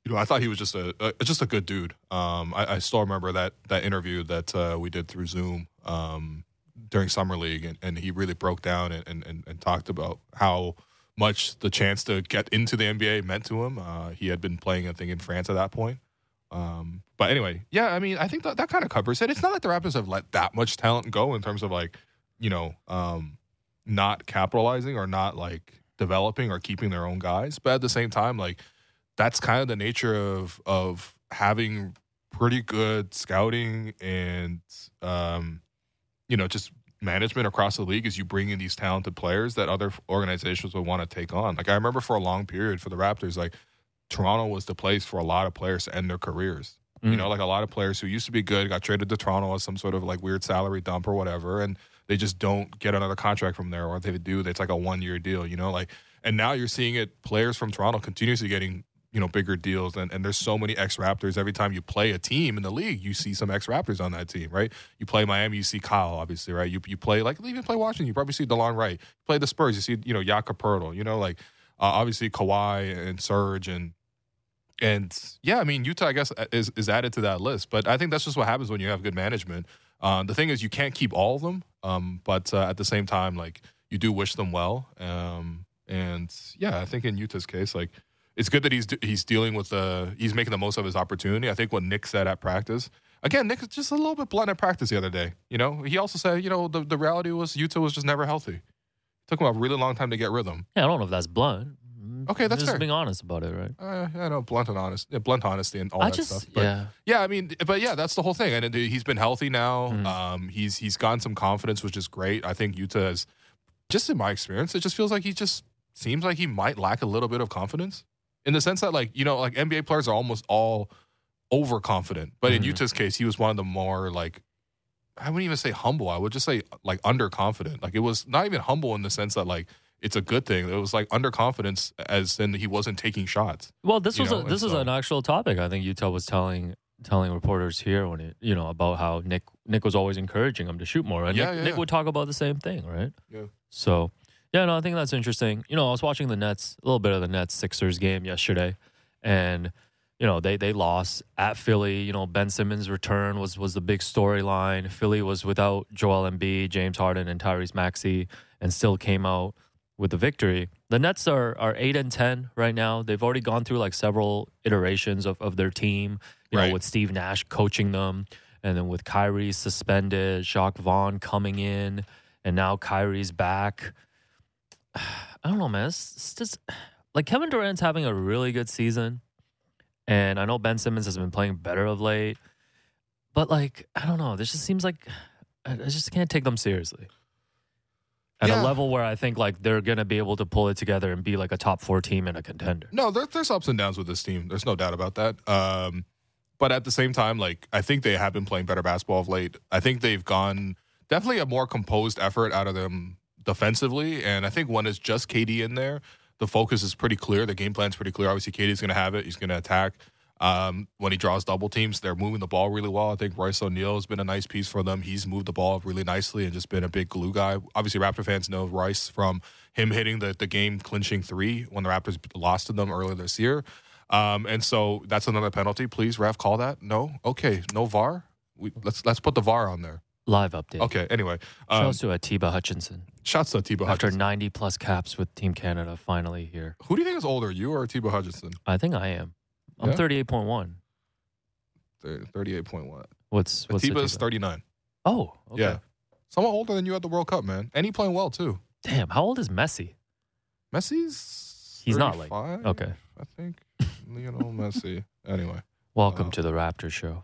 S1: you know, I thought he was just a, a just a good dude. Um, I, I still remember that that interview that uh, we did through Zoom um, during summer league, and, and he really broke down and, and- and and talked about how much the chance to get into the NBA meant to him. Uh, he had been playing, I think, in France at that point. Um, but anyway, yeah, I mean, I think that, that kind of covers it. It's not like the Raptors have let that much talent go in terms of like, you know, um, not capitalizing or not like developing or keeping their own guys. But at the same time, like that's kind of the nature of of having pretty good scouting and um, you know, just management across the league is you bring in these talented players that other organizations would want to take on. Like I remember for a long period for the Raptors, like Toronto was the place for a lot of players to end their careers. You
S2: Mm.
S1: know, like a lot of players who used to be good got traded to Toronto as some sort of like weird salary dump or whatever. And they just don't get another contract from there, or if they do, it's like a one year deal. You know, like and now you're seeing it. Players from Toronto continuously getting you know bigger deals, and and there's so many ex Raptors. Every time you play a team in the league, you see some ex Raptors on that team, right? You play Miami, you see Kyle, obviously, right? You you play like even play Washington, you probably see DeLon Wright. You play the Spurs, you see you know Jakob Pertl. You know, like uh, obviously Kawhi and Serge and and yeah, I mean Utah, I guess is is added to that list. But I think that's just what happens when you have good management. Uh, the thing is, you can't keep all of them, um, but uh, at the same time, like you do wish them well. Um, and yeah, I think in Utah's case, like it's good that he's he's dealing with the he's making the most of his opportunity. I think what Nick said at practice. Again, Nick was just a little bit blunt at practice the other day. You know, he also said, you know, the, the reality was Utah was just never healthy. It took him a really long time to get rhythm.
S2: Yeah, I don't know if that's blunt.
S1: Okay, that's
S2: just
S1: fair.
S2: being honest about it, right?
S1: Uh, I know blunt and honest, yeah, blunt honesty and all
S2: I
S1: that
S2: just
S1: stuff. But
S2: yeah.
S1: yeah, I mean, but yeah, that's the whole thing. And it- he's been healthy now.
S2: Mhm.
S1: Um, he's he's gotten some confidence, which is great. I think Utah is just in my experience, it just feels like he just seems like he might lack a little bit of confidence in the sense that like you know like NBA players are almost all overconfident, but in
S2: Mhm.
S1: Utah's case, he was one of the more like. I wouldn't even say humble. I would just say like underconfident. Like it was not even humble in the sense that like it's a good thing. It was like underconfidence as in he wasn't taking shots.
S2: Well, this
S1: you
S2: was
S1: know,
S2: a,
S1: and
S2: this was
S1: so-
S2: an actual topic. I think Utah was telling telling reporters here when it you know about how Nick Nick was always encouraging him to shoot more. And
S1: Yeah,
S2: Nick,
S1: yeah,
S2: Nick
S1: yeah.
S2: would talk about the same thing, right?
S1: Yeah.
S2: So yeah, no, I think that's interesting. You know, I was watching the Nets a little bit of the Nets Sixers game yesterday, and you know they they lost at Philly. You know Ben Simmons' return was was the big storyline. Philly was without Joel Embiid, James Harden, and Tyrese Maxey, and still came out with the victory. The Nets are are eight and ten right now. They've already gone through like several iterations of, of their team. You know,
S1: Right.
S2: with Steve Nash coaching them, and then with Kyrie suspended, Jacques Vaughn coming in, and now Kyrie's back. I don't know, man. It's, it's just like Kevin Durant's having a really good season, and I know Ben Simmons has been playing better of late, but like I don't know. This just seems like I I just can't take them seriously at
S1: Yeah.
S2: a level where I think like they're gonna be able to pull it together and be like a top four team and a contender.
S1: No, there, there's ups and downs with this team. There's no doubt about that. Um, but at the same time, like I think they have been playing better basketball of late. I think they've gone definitely a more composed effort out of them defensively, and I think when it's just KD in there, the focus is pretty clear. The game plan's pretty clear. Obviously, KD's going to have it. He's going to attack. Um, when he draws double teams, they're moving the ball really well. I think Royce O'Neal has been a nice piece for them. He's moved the ball really nicely and just been a big glue guy. Obviously, Raptor fans know Rice from him hitting the, the game clinching three when the Raptors lost to them earlier this year. Um, and so that's another penalty. Please, ref, call that. No, okay, no VAR. We, let's let's put the VAR on there.
S2: Live update.
S1: Okay. Anyway, um,
S2: Shout out to Atiba Hutchinson
S1: shots to Atiba
S2: after
S1: Hutchinson.
S2: 90 plus caps with Team Canada finally here.
S1: Who do you think is older, you or Atiba Hutchinson?
S2: I think I am. I'm
S1: Yeah?
S2: 38.1.
S1: Thir- Thirty-eight point one.
S2: What's what's
S1: Atiba is
S2: Atiba?
S1: thirty-nine.
S2: Oh, okay.
S1: Yeah. Somewhat older than you at the World Cup, man. And he playing well too.
S2: Damn, how old is Messi?
S1: Messi's
S2: He's not like-
S1: 35,
S2: Okay.
S1: I think Lionel Messi. Anyway,
S2: Welcome
S1: Wow.
S2: to the Raptor show.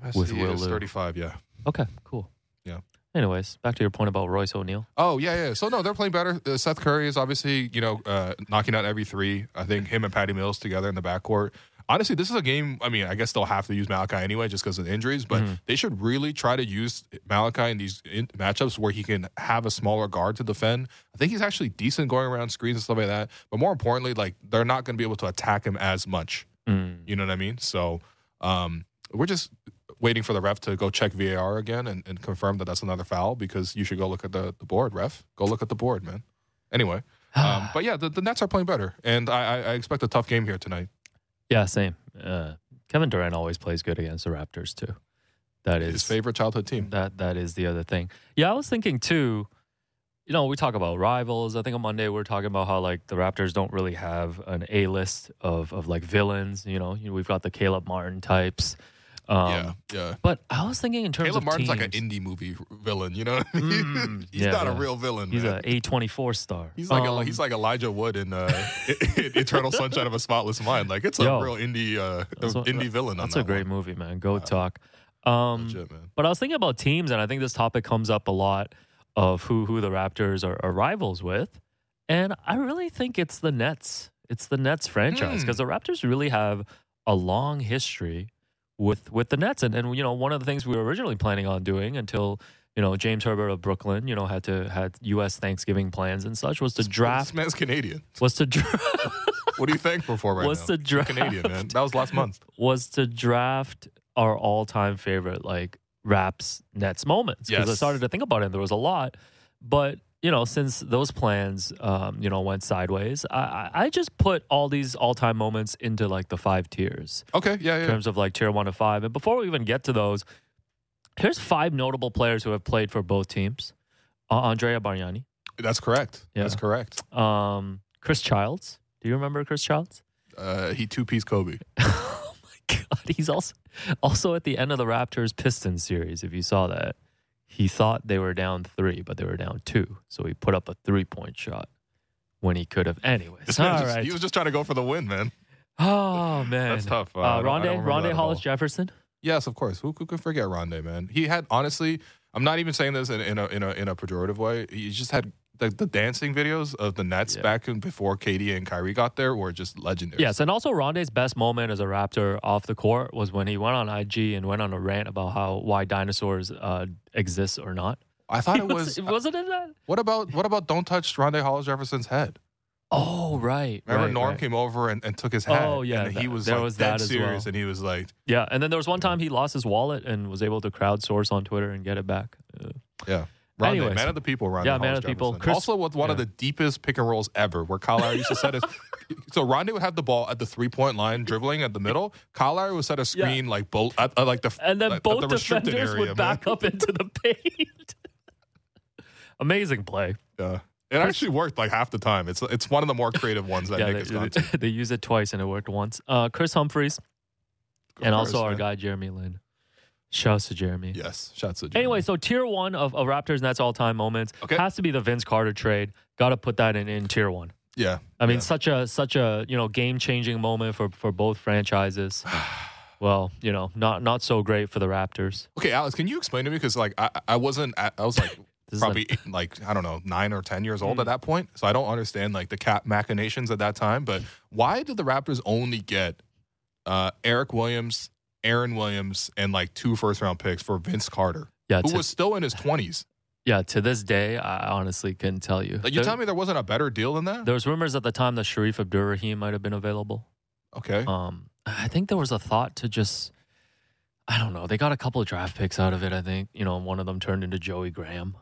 S1: Messi
S2: With Will
S1: is
S2: Lou.
S1: thirty-five. Yeah.
S2: Okay, cool.
S1: Yeah.
S2: Anyways, back to your point about Royce O'Neal.
S1: Oh yeah, yeah. So no, they're playing better. Uh, Seth Curry is obviously you know uh, knocking out every three. I think him and Patty Mills together in the backcourt. Honestly, this is a game. I mean, I guess they'll have to use Malachi anyway, just because of the injuries. But
S2: Mhm.
S1: they should really try to use Malachi in these in- matchups where he can have a smaller guard to defend. I think he's actually decent going around screens and stuff like that. But more importantly, like they're not going to be able to attack him as much.
S2: Mm.
S1: You know what I mean? So um, we're just waiting for the ref to go check VAR again and, and confirm that that's another foul because you should go look at the, the board, ref. Go look at the board, man. Anyway,
S2: Ah,
S1: um, but yeah, the, the Nets are playing better, and I, I, I expect a tough game here tonight.
S2: yeah, same. Uh, Kevin Durant always plays good against the Raptors too. That is
S1: His favorite childhood team.
S2: That that is the other thing. Yeah, I was thinking too. You know, we talk about rivals. I think on Monday we are talking about how like the Raptors don't really have an A list of of like villains. You know, you know, we've got the Caleb Martin types. Um,
S1: yeah, yeah.
S2: But I was thinking in terms
S1: Caleb
S2: of
S1: Martin's like an
S2: teams,
S1: indie movie villain, you know. What I mean?
S2: Mm,
S1: he's
S2: yeah,
S1: not
S2: yeah.
S1: a real villain.
S2: he's
S1: man.
S2: a A twenty four star.
S1: He's like a,
S2: Um,
S1: he's like Elijah Wood in, uh, in Eternal Sunshine of a Spotless Mind. Like it's a
S2: Yo.
S1: real indie uh,
S2: That's what-
S1: indie villain. on
S2: that's
S1: that
S2: a great
S1: one.
S2: movie, man. Go talk. Um,
S1: Legit, man.
S2: But I was thinking about teams, and I think this topic comes up a lot of who who the Raptors are, are rivals with, and I really think it's the Nets. It's the Nets franchise
S1: Hmm.
S2: because the Raptors really have a long history with with the Nets, and and you know one of the things we were originally planning on doing until You know, James Herbert of Brooklyn, you know, had to had U.S. Thanksgiving plans and such. Was to
S1: This
S2: draft?
S1: man's Canadian.
S2: Was to dra-
S1: What are you thankful for right
S2: What's
S1: now?
S2: the draft?
S1: Canadian man. That was last month.
S2: was to draft our all-time favorite like raps Nets moments because I
S1: Yes.
S2: started to think about it. and There was a lot, but you know, since those plans, um, you know, went sideways, I, I I just put all these all-time moments into like the five tiers
S1: Okay, yeah,
S2: in
S1: yeah.
S2: terms of like tier one to five. And before we even get to those, here's five notable players who have played for both teams: uh, Andrea Bargnani,
S1: That's correct.
S2: Yeah.
S1: That's correct.
S2: um, Chris Childs. Do you remember Chris Childs?
S1: Uh, he two piece Kobe.
S2: oh my god, he's also also at the end of the Raptors Pistons series. If you saw that, he thought they were down three, but they were down two, so he put up a three point shot when he could have. Anyways,
S1: This
S2: all
S1: man just-
S2: right.
S1: He was just trying to go for the win, man.
S2: oh man,
S1: That's tough. Uh, I
S2: Uh,
S1: don't- I don't
S2: Rondé
S1: remember that
S2: Rondé
S1: at
S2: Hollis
S1: all.
S2: Jefferson.
S1: Yes, of course. Who, who could forget Rondé, man? He had honestly. I'm not even saying this in, in a in a in a pejorative way. He just had the, the dancing videos of the Nets
S2: Yeah.
S1: back in, before KD and Kyrie got there were just legendary.
S2: Yes, and also Rondé's best moment as a Raptor off the court was when he went on IG and went on a rant about how why dinosaurs uh, exist or not.
S1: I thought it
S2: He
S1: was. uh,
S2: wasn't it that?
S1: what about what about don't touch Rondé Hollis Jefferson's head?
S2: Oh right,
S1: Remember
S2: right,
S1: Norm
S2: right.
S1: came over and, and took his head.
S2: Oh, yeah,
S1: and he
S2: that-
S1: was
S2: there
S1: like
S2: was
S1: dead
S2: that as
S1: serious,
S2: well.
S1: and he was like,
S2: Yeah, and then there was one time he lost his wallet and was able to crowdsource on Twitter and get it back. Uh,
S1: Rondé,
S2: Anyways.
S1: man of the people, Rondé.
S2: Yeah, man
S1: Hollis
S2: of the people.
S1: Jefferson.
S2: Chris-
S1: also, with one of
S2: yeah.
S1: the deepest pick and rolls ever, where Kyle Lowry used to set his. So Rondé would have the ball at the three point line, dribbling at the middle. Kyle Lowry would set a screen like both at, at, like the
S2: and then
S1: at- at
S2: both
S1: the restricted
S2: defenders
S1: area,
S2: would back up into the paint. Amazing play.
S1: Man. Yeah. uh, It actually worked like half the time. It's it's one of the more creative ones that
S2: yeah,
S1: Nick has
S2: they,
S1: gone to.
S2: they used it twice and it worked once. Uh, Chris Humphreys and also our guy Jeremy Lin. Shouts to Jeremy.
S1: Yes, shots at
S2: Anyway, so tier one of, of Raptors Nets all time moments
S1: Okay.
S2: has to be the Vince Carter trade. Got to put that in, in tier one.
S1: yeah,
S2: I mean,
S1: Yeah.
S2: such a such a you know game changing moment for for both franchises. well, you know, not not so great for the Raptors.
S1: okay, Alex, can you explain to me because like I I wasn't I I was like
S2: This
S1: probably eight- like I don't know nine or ten years
S2: Hmm.
S1: old at that point, so I don't understand like the cap machinations at that time. But why did the Raptors only get uh, Eric Williams, Aaron Williams, and like two first round picks for Vince Carter,
S2: Is, yeah,
S1: who
S2: to,
S1: was still in his twenties?
S2: yeah. To this day, I honestly couldn't tell you.
S1: Like, you
S2: there,
S1: tell me there wasn't a better deal than that?
S2: there was rumors at the time that Sharif Abdurrahim might have been available.
S1: Okay,
S2: Um, I think there was a thought to just, I don't know. They got a couple of draft picks out of it. I think you know one of them turned into Joey Graham.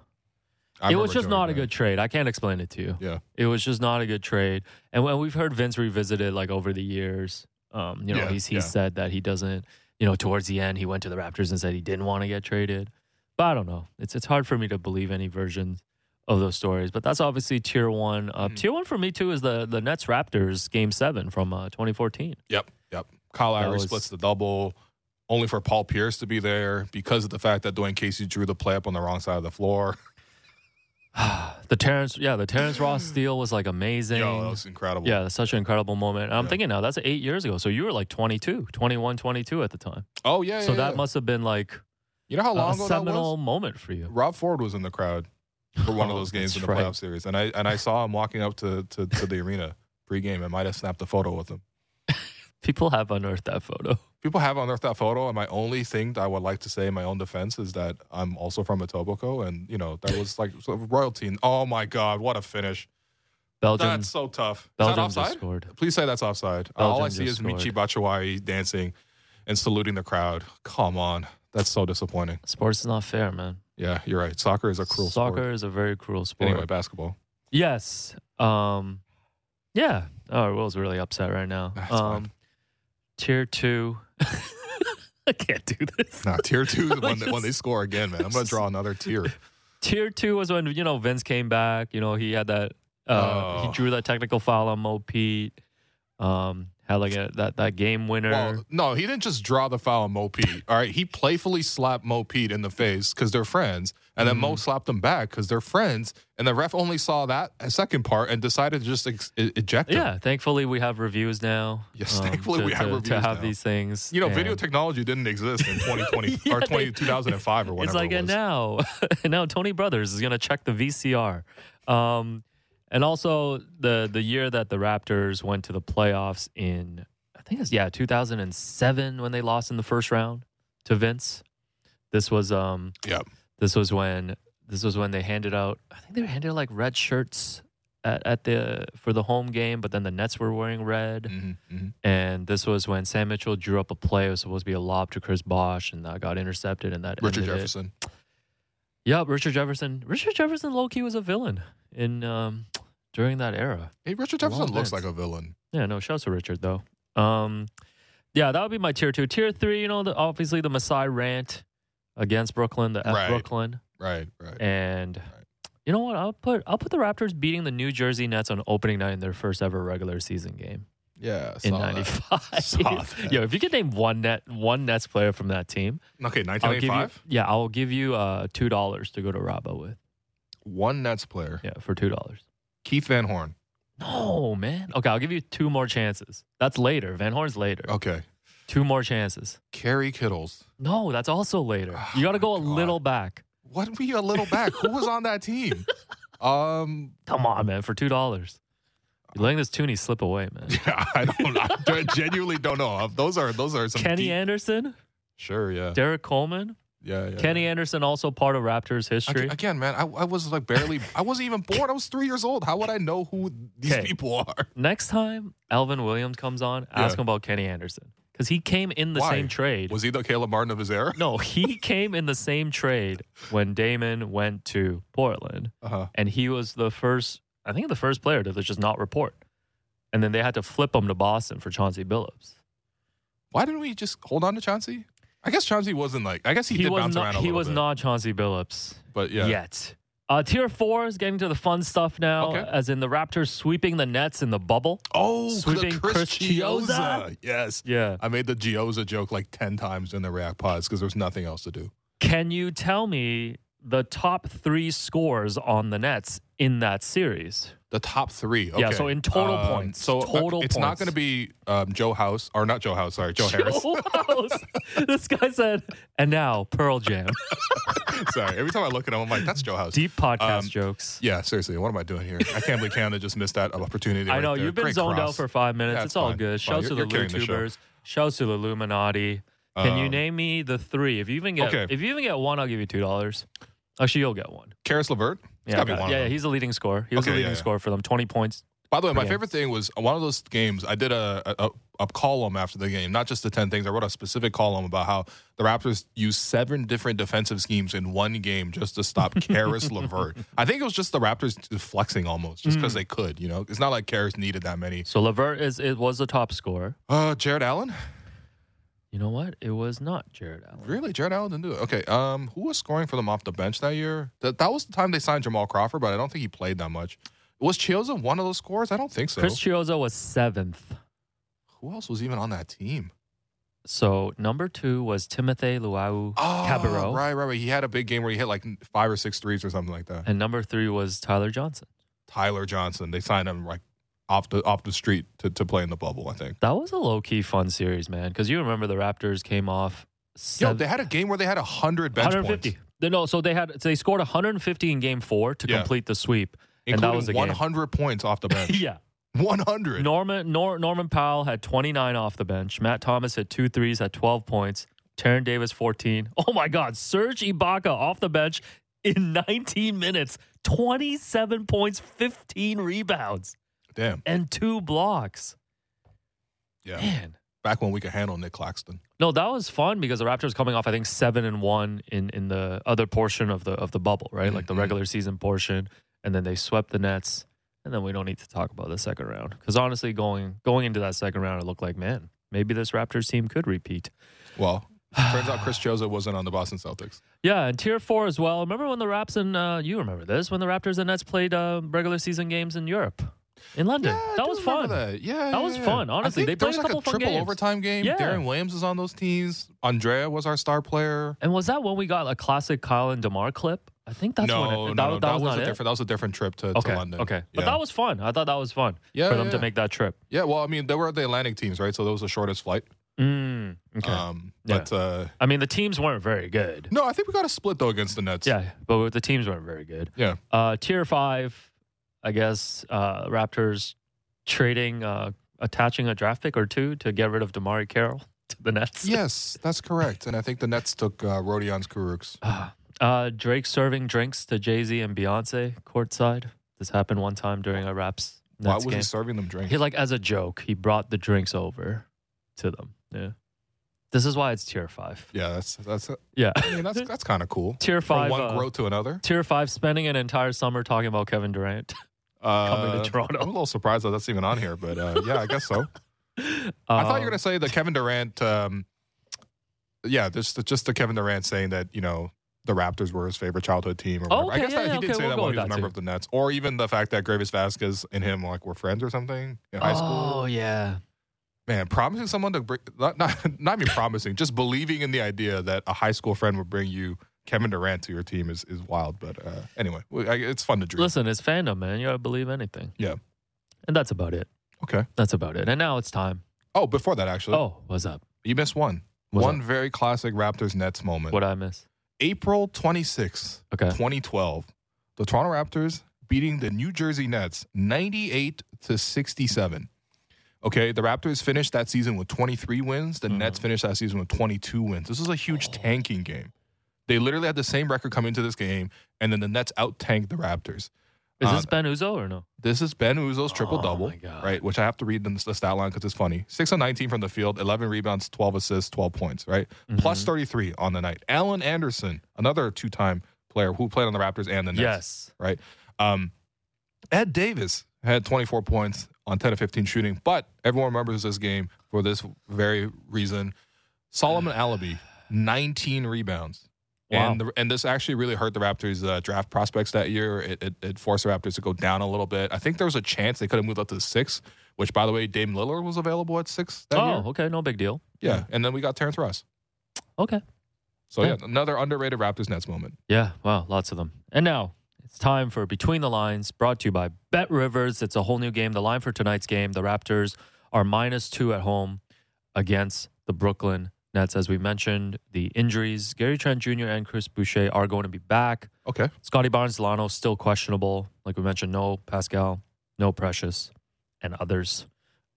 S1: I
S2: it
S1: remember
S2: was just
S1: Joey
S2: not a
S1: Graham.
S2: good trade. I can't explain it to you.
S1: Yeah.
S2: It was just not a good trade. And when we've heard Vince revisited like over the years, um, you know,
S1: Yeah,
S2: he's he
S1: yeah.
S2: said that he doesn't, you know, towards the end he went to the Raptors and said he didn't want to get traded. But I don't know. It's it's hard for me to believe any versions of those stories. But that's obviously tier one. Uh,
S1: Mhm.
S2: Tier one for me too is the the Nets Raptors game seven from uh, 2014.
S1: Yep, yep. Kyle
S2: That
S1: Lowry
S2: was-
S1: splits the double, only for Paul Pierce to be there because of the fact that Dwayne Casey drew the play up on the wrong side of the floor.
S2: the Terrence, yeah, the Terrence Ross deal was like amazing.
S1: Yo, that was incredible.
S2: yeah, that's such an incredible moment. And I'm
S1: Yeah.
S2: thinking now that's eight years ago. So you were like 22, 21, 22 at the time.
S1: Oh yeah.
S2: So
S1: yeah,
S2: that
S1: yeah.
S2: must have been like
S1: You know how long
S2: a
S1: ago that was?
S2: seminal moment for you.
S1: Rob Ford was in the crowd for one of
S2: Oh,
S1: those games in
S2: that's
S1: the
S2: right.
S1: playoff series, and I and I saw him walking up to to, to the arena pregame. I might have snapped a photo with him.
S2: People have unearthed that photo.
S1: People have unearthed that photo, and my only thing that I would like to say in my own defense is that I'm also from Etobicoke, and you know that was like sort of royalty. And, oh my God, what a finish!
S2: Belgium,
S1: That's so tough. is that
S2: Belgium just
S1: offside?
S2: scored.
S1: Please say that's offside. Uh, All
S2: Belgium
S1: I see is
S2: just
S1: Michi
S2: scored.
S1: Batshuayi dancing and saluting the crowd. Come on, that's so disappointing.
S2: Sports is not fair, man.
S1: Yeah, you're right. Soccer is a cruel
S2: Soccer
S1: sport.
S2: is a very cruel sport.
S1: Anyway, basketball.
S2: Yes. Um, yeah. Oh, Will's really upset right now.
S1: That's
S2: um, tier two. I can't do this.
S1: Nah, tier two is when, they, when they
S2: Just-
S1: score again, man. I'm gonna draw another tier.
S2: Tier two was when you know Vince came back. You know he had that. Uh,
S1: Oh.
S2: He drew that technical foul on Mo Pete. Um, had like a, that that game winner.
S1: Well, no, he didn't just draw the foul on Mo Pete. All right, he playfully slapped Mo Pete in the face because they're friends, and then
S2: Mm-hmm.
S1: Mo slapped him back because they're friends. And the ref only saw that second part and decided to just ex- e- eject him.
S2: Yeah, thankfully we have reviews now. um,
S1: Yes, thankfully
S2: to,
S1: we have
S2: to, to
S1: reviews
S2: have
S1: now.
S2: these things.
S1: You know,
S2: and
S1: video technology didn't exist in 2020
S2: Yeah,
S1: or 20,
S2: they-
S1: 2005 or whatever.
S2: It's like
S1: it
S2: and
S1: was.
S2: now, and now Tony Brothers is gonna check the VCR, um, and also the the year that the Raptors went to the playoffs in I think it's yeah 2007 when they lost in the first round to Vince. This was um
S1: Yep.
S2: This was when this was when they handed out. I think they were handed out like red shirts at, at the for the home game, but then the Nets were wearing red.
S1: Mhm, mhm.
S2: And this was when Sam Mitchell drew up a play. It was supposed to be a lob to Chris Bosch, and that got intercepted. And that
S1: Richard
S2: ended it.
S1: Jefferson.
S2: Yep, Richard Jefferson. Richard Jefferson, low key, was a villain in um, during that era.
S1: Hey, Richard
S2: Long
S1: Jefferson looks
S2: Vince.
S1: like a villain.
S2: Yeah, no, shouts to Richard though. Um, yeah, that would be my tier two. Tier three, you know, the, obviously the Masai rant against Brooklyn, the F
S1: Right.
S2: Brooklyn,
S1: Right, right.
S2: and you know what? I'll put I'll put the Raptors beating the New Jersey Nets on opening night in their first ever regular season game
S1: yeah.
S2: in
S1: saw that. Saw
S2: '95.
S1: that.
S2: Yo, if you could name one net one Nets player from that team,
S1: Okay,
S2: I'll give you,
S1: 1985.
S2: yeah, I'll give you uh, two dollars to go to Rabo with.
S1: One Nets player,
S2: Yeah, for two dollars.
S1: Keith Van Horn.
S2: No, man. Okay, I'll give you two more chances. That's later. Van Horn's later.
S1: Okay,
S2: Two more chances.
S1: Kerry Kittles.
S2: No, that's also later.
S1: Oh
S2: You got to
S1: my
S2: go a
S1: God.
S2: little back.
S1: What were you a little back? Who was on that team? Um,
S2: Come on, man, for two dollars. You're letting this toonie slip away, man.
S1: yeah, I don't. I genuinely don't know. Uh, Those are those are some
S2: Kenny
S1: deep-
S2: Anderson,
S1: Sure, yeah,
S2: Derek Coleman,
S1: yeah, yeah.
S2: Kenny Anderson, also part of Raptors history.
S1: Ag- Again, man, I, I was like barely. I wasn't even born. I was three years old. How would I know who these
S2: Okay.
S1: people are?
S2: Next time Alvin Williams comes on,
S1: Yeah.
S2: ask him about Kenny Anderson because he came in the
S1: Why?
S2: same trade.
S1: Was he the Caleb Martin of his era?
S2: no, he came in the same trade when Damon went to Portland.
S1: Uh-huh.
S2: and he was the first i think the first player to just not report and then they had to flip him to boston for chauncey billups
S1: Why didn't we just hold on to Chauncey? I guess Chauncey wasn't like. I guess he,
S2: he
S1: did
S2: was
S1: bounce
S2: not
S1: around a
S2: he
S1: little
S2: was
S1: bit,
S2: not chauncey billups
S1: But yeah,
S2: yet uh, tier four is getting to the fun stuff now,
S1: Okay.
S2: as in the Raptors sweeping the Nets in the bubble.
S1: Oh,
S2: Sweeping
S1: the Chris,
S2: Chris
S1: Chioza.
S2: Chioza?
S1: Yes.
S2: Yeah.
S1: I made the Gioza joke like 10 times in the React pods because there's nothing else to do.
S2: Can you tell me the top three scores on the Nets in that series?
S1: The top three. Okay.
S2: Yeah, so in total
S1: Um,
S2: points,
S1: So uh,
S2: total
S1: it's not
S2: points.
S1: going to be um, Joe House, or not Joe House, sorry, Joe, Harris.
S2: Joe House. this guy said, and now Pearl Jam.
S1: sorry. Every time I look at him, I'm like, that's Joe House.
S2: Deep podcast
S1: Um,
S2: jokes.
S1: Yeah, seriously. What am I doing here? I can't believe Canada just missed that opportunity.
S2: I
S1: right
S2: know
S1: there.
S2: you've been
S1: Great
S2: zoned out
S1: cross.
S2: for five minutes.
S1: Yeah,
S2: it's
S1: it's
S2: all
S1: fine.
S2: good.
S1: It's fine.
S2: Shouts to the
S1: You're- you're carrying the show.
S2: YouTubers. Shouts to the Illuminati. Can you
S1: Um,
S2: name me the three? If you even get
S1: okay.
S2: if you even get one, I'll give you two dollars. Actually, you'll get one.
S1: Karis Levert? It's
S2: Yeah,
S1: gotta be
S2: okay.
S1: one of
S2: yeah, yeah,
S1: them.
S2: he's the leading scorer. He was the
S1: Okay, yeah,
S2: leading
S1: yeah.
S2: scorer for them. Twenty points.
S1: By the way, my
S2: Okay.
S1: favorite thing was uh, one of those games. I did a, a a column after the game, not just the ten things. I wrote a specific column about how the Raptors used seven different defensive schemes in one game just to stop Karis LeVert. I think it was just the Raptors flexing almost, just because they could. You know, it's not like Karis needed that many.
S2: So Levert is it was the top scorer.
S1: Uh, Jared Allen,
S2: You know what? It was not Jared Allen.
S1: really? Jared Allen didn't do it. Okay, um, who was scoring for them off the bench that year? That that was the time they signed Jamal Crawford, but I don't think he played that much. Was Chioza one of those scores? I don't think so.
S2: Chris Chioza was seventh.
S1: who else was even on that team?
S2: So number two was Timothy Luau
S1: Oh,
S2: Cabarro,
S1: Right, right, right. He had a big game where he hit like five or six threes or something like that.
S2: and number three was Tyler Johnson.
S1: Tyler Johnson. They signed him like off the off the street to, to play in the bubble, I think.
S2: That was a low key fun series, man. Because you remember the Raptors came off.
S1: Yo,
S2: seven-
S1: they had a game where they had hundred bench
S2: 150.
S1: points,
S2: They- No, so they had so they scored 150 in game four to
S1: Yeah.
S2: complete the sweep, and that
S1: including
S2: was the
S1: one
S2: game.
S1: hundred points off the bench.
S2: yeah,
S1: one hundred.
S2: Norman Nor, Norman Powell had 29 off the bench. Matt Thomas had two threes at 12 points. Taryn Davis 14. Oh my God, Serge Ibaka off the bench in 19 minutes, 27 points, 15 rebounds,
S1: Damn.
S2: and two blocks.
S1: Yeah.
S2: Man.
S1: Back when we could handle Nick Claxton.
S2: No, that was fun because the Raptors coming off, I think seven and one in in the other portion of the of the bubble, right? Like the
S1: Mhm.
S2: regular season portion, and then they swept the Nets, and then we don't need to talk about the second round because honestly, going going into that second round, it looked like man, maybe this Raptors team could repeat.
S1: Well, turns out Chris Chioza wasn't on the Boston Celtics.
S2: Yeah, and tier four as well. Remember when the Raps and uh, you remember this when the Raptors and Nets played uh, regular season games in Europe, in London.
S1: Yeah, I
S2: that
S1: do
S2: was
S1: remember
S2: fun.
S1: That. Yeah,
S2: That
S1: yeah,
S2: was
S1: yeah.
S2: fun.
S1: I
S2: Honestly,
S1: think
S2: they
S1: there
S2: played
S1: was
S2: a
S1: like
S2: couple fun
S1: triple
S2: games.
S1: overtime game.
S2: Yeah.
S1: Darren Williams was on those teams. Andrea was our star player.
S2: And was that when we got a classic Kyle and Demar clip? I think that's
S1: no,
S2: when it,
S1: no,
S2: that,
S1: no,
S2: that
S1: that
S2: was,
S1: was
S2: not
S1: a
S2: it.
S1: different. That was a different trip to,
S2: Okay.
S1: to London.
S2: Okay. But
S1: Yeah.
S2: that was fun. I thought that was fun
S1: Yeah,
S2: for them to
S1: yeah.
S2: make that trip.
S1: Yeah, well, I mean, they were the Atlantic teams, right? So that was the shortest flight.
S2: Mm, okay.
S1: Um,
S2: Yeah.
S1: But uh,
S2: I mean, the teams weren't very good.
S1: no, I think we got a split though against the Nets.
S2: Yeah, but the teams weren't very good.
S1: Yeah.
S2: Uh, tier five, I guess. Uh, Raptors trading, uh, attaching a draft pick or two to get rid of Damari Carroll to the Nets.
S1: Yes, that's correct. And I think the Nets took uh, Rodion's Kuruks.
S2: Ah, Uh, Drake serving drinks to Jay Z and Beyonce courtside. This happened one time during a Raps
S1: Why
S2: Nets
S1: was
S2: game.
S1: he serving them drinks?
S2: He like as a joke, he brought the drinks over to them. Yeah, this is why it's tier five.
S1: yeah, that's that's.
S2: Yeah,
S1: I mean, that's that's kind of cool.
S2: tier
S1: From
S2: five.
S1: one
S2: uh,
S1: growth to another.
S2: tier five, spending an entire summer talking about Kevin Durant.
S1: Uh,
S2: coming to Toronto.
S1: I'm a little surprised that that's even on here, but uh, yeah, I guess so. I thought you were
S2: Um,
S1: gonna say the Kevin Durant. Um, yeah, just the, just the Kevin Durant saying that you know the Raptors were his favorite childhood team. Or
S2: Oh,
S1: whatever.
S2: okay,
S1: I guess
S2: yeah,
S1: that,
S2: yeah,
S1: he did
S2: okay,
S1: say
S2: we'll
S1: that
S2: go
S1: while
S2: with
S1: he was a
S2: that
S1: member
S2: too.
S1: of the Nets, or even the fact that Gravis Vasquez and him like were friends or something in high school.
S2: Oh yeah.
S1: Man, promising someone to bring not not, not even promising, just believing in the idea that a high school friend would bring you Kevin Durant to your team is is wild. But uh, anyway, we- I- it's fun to dream.
S2: Listen, it's fandom, man. You gotta believe anything.
S1: Yeah.
S2: And that's about it.
S1: Okay.
S2: That's about it. And now it's time.
S1: Oh, before that actually,
S2: Oh, what's up?
S1: you missed one.
S2: What's
S1: one very classic Raptors Nets moment.
S2: What I miss?
S1: April 26th,
S2: Okay.
S1: 2012, the Toronto Raptors beating the New Jersey Nets 98 to 67. Okay, the Raptors finished that season with 23 wins. The
S2: Mhm.
S1: Nets finished that season with 22 wins. This was a
S2: Oh.
S1: huge tanking game. They literally had the same record coming into this game, and then the Nets out tanked the Raptors.
S2: Is
S1: Uh,
S2: this Ben Uzo or no?
S1: This is Ben Uzo's triple
S2: Oh
S1: double,
S2: my God.
S1: right? Which I have to read in the stat line because it's funny. Six on 19 from the field, 11 rebounds, 12 assists, 12 points, right?
S2: Mm-hmm.
S1: Plus 33 on the night. Alan Anderson, another two time player who played on the Raptors and the Nets.
S2: Yes.
S1: Um, Ed Davis had 24 points on 10 of 15 shooting, but everyone remembers this game for this very reason. Solomon Alabi, 19 rebounds.
S2: Wow.
S1: And, the, and this actually really hurt the Raptors' uh, draft prospects that year. It, it, it forced the Raptors to go down a little bit. I think there was a chance they could have moved up to six, which, by the way, Dame Lillard was available at six that
S2: Oh,
S1: year.
S2: okay. No big deal.
S1: Yeah. And then we got Terrence Ross.
S2: Okay.
S1: So,
S2: Yeah.
S1: yeah, another underrated Raptors Nets moment.
S2: Yeah. Wow. Lots of them. And now it's time for Between the Lines, brought to you by Bet Rivers. It's a whole new game. The line for tonight's game, the Raptors are minus two at home against the Brooklyn Nets. As we mentioned, the injuries, Gary Trent Jr. and Chris Boucher are going to be back.
S1: Okay.
S2: Scotty Barnes Delano still questionable. Like we mentioned, no Pascal, no Precious, and others.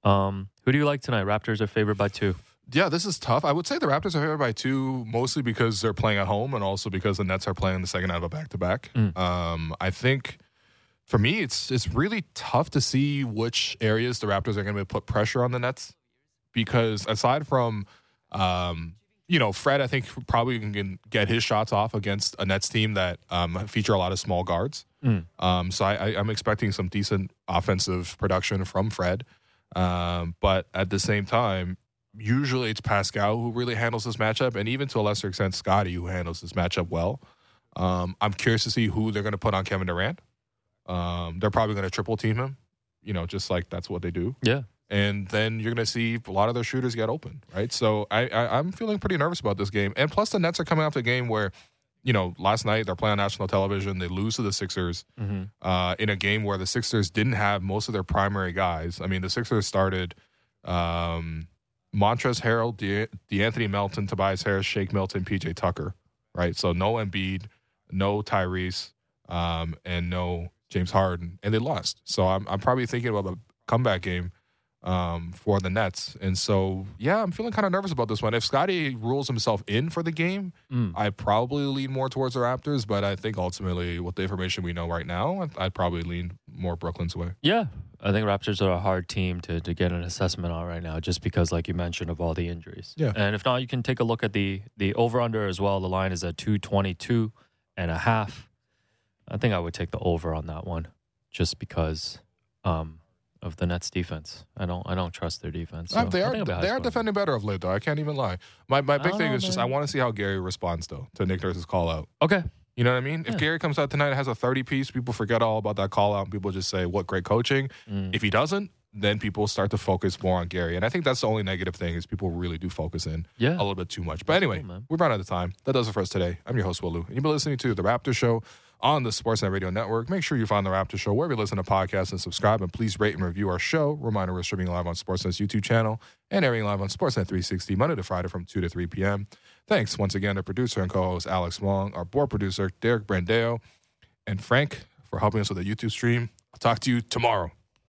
S2: Um, who do you like tonight? Raptors are favored by two.
S1: Yeah, this is tough. I would say the Raptors are favored by two, mostly because they're playing at home and also because the Nets are playing the second out of a back to back.
S2: Mm.
S1: I think for me, it's it's really tough to see which areas the Raptors are going to put pressure on the Nets because aside from, um, you know, Fred, I think probably can get his shots off against a Nets team that um, feature a lot of small guards.
S2: Mm.
S1: Um, so I, I, I'm expecting some decent offensive production from Fred. Um, but at the same time, usually it's Pascal who really handles this matchup, and even to a lesser extent, Scotty who handles this matchup well. Um, I'm curious to see who they're going to put on Kevin Durant. Um, they're probably going to triple team him, you know, just like that's what they do.
S2: Yeah.
S1: And then you're going to see a lot of their shooters get open, right? So I, I, I'm feeling pretty nervous about this game. And plus, the Nets are coming off the game where, you know, last night they're playing on national television. They lose to the Sixers
S2: Mm-hmm.
S1: uh, in a game where the Sixers didn't have most of their primary guys. I mean, the Sixers started um, Montrezl Harrell, De- DeAnthony Melton, Tobias Harris, Shake Milton, PJ Tucker, right? So no Embiid, no Tyrese, um, and no James Harden, and they lost. So I'm, I'm probably thinking about the comeback game um, for the Nets. And so, yeah, I'm feeling kind of nervous about this one. If Scotty rules himself in for the game,
S2: Mm.
S1: I probably lean more towards the Raptors, but I think ultimately, with the information we know right now, I'd- I'd probably lean more Brooklyn's way.
S2: Yeah, I think Raptors are a hard team to, to get an assessment on right now, just because, like you mentioned, of all the injuries.
S1: Yeah.
S2: And if not, you can take a look at the the over under as well. The line is at 222 and a half. I think I would take the over on that one, just because um, of the Nets defense. I don't I don't trust their defense. so
S1: Uh, they
S2: I
S1: are
S2: think it'll be a high
S1: they are
S2: scoring Um,
S1: defending better of late, though. I can't even lie. My my big
S2: I
S1: thing
S2: don't
S1: is just
S2: know.
S1: I want to see how Gary responds though to Nick Nurse's call out.
S2: game. Okay.
S1: You know what I mean? If
S2: Yeah.
S1: Gary comes out tonight and has a 30 piece, people forget all about that call out and people just say, what great coaching.
S2: Mm.
S1: If he doesn't, then people start to focus more on Gary. And I think that's the only negative thing is people really do focus in
S2: Yeah.
S1: a little bit too much. But anyway,
S2: cool, man.
S1: we're running out of time. That does it for us today. I'm your host, Willu. And you've been listening to The Raptor Show on the Sportsnet Radio Network. Make sure you find The Raptor Show wherever you listen to podcasts and subscribe. And please rate and review our show. Reminder, we're streaming live on Sportsnet's YouTube channel and airing live on Sportsnet 360 Monday to Friday from 2 to 3 p.m. Thanks once again to producer and co-host Alex Wong, our board producer, Derek Brandeo, and Frank for helping us with the YouTube stream. I'll talk to you tomorrow.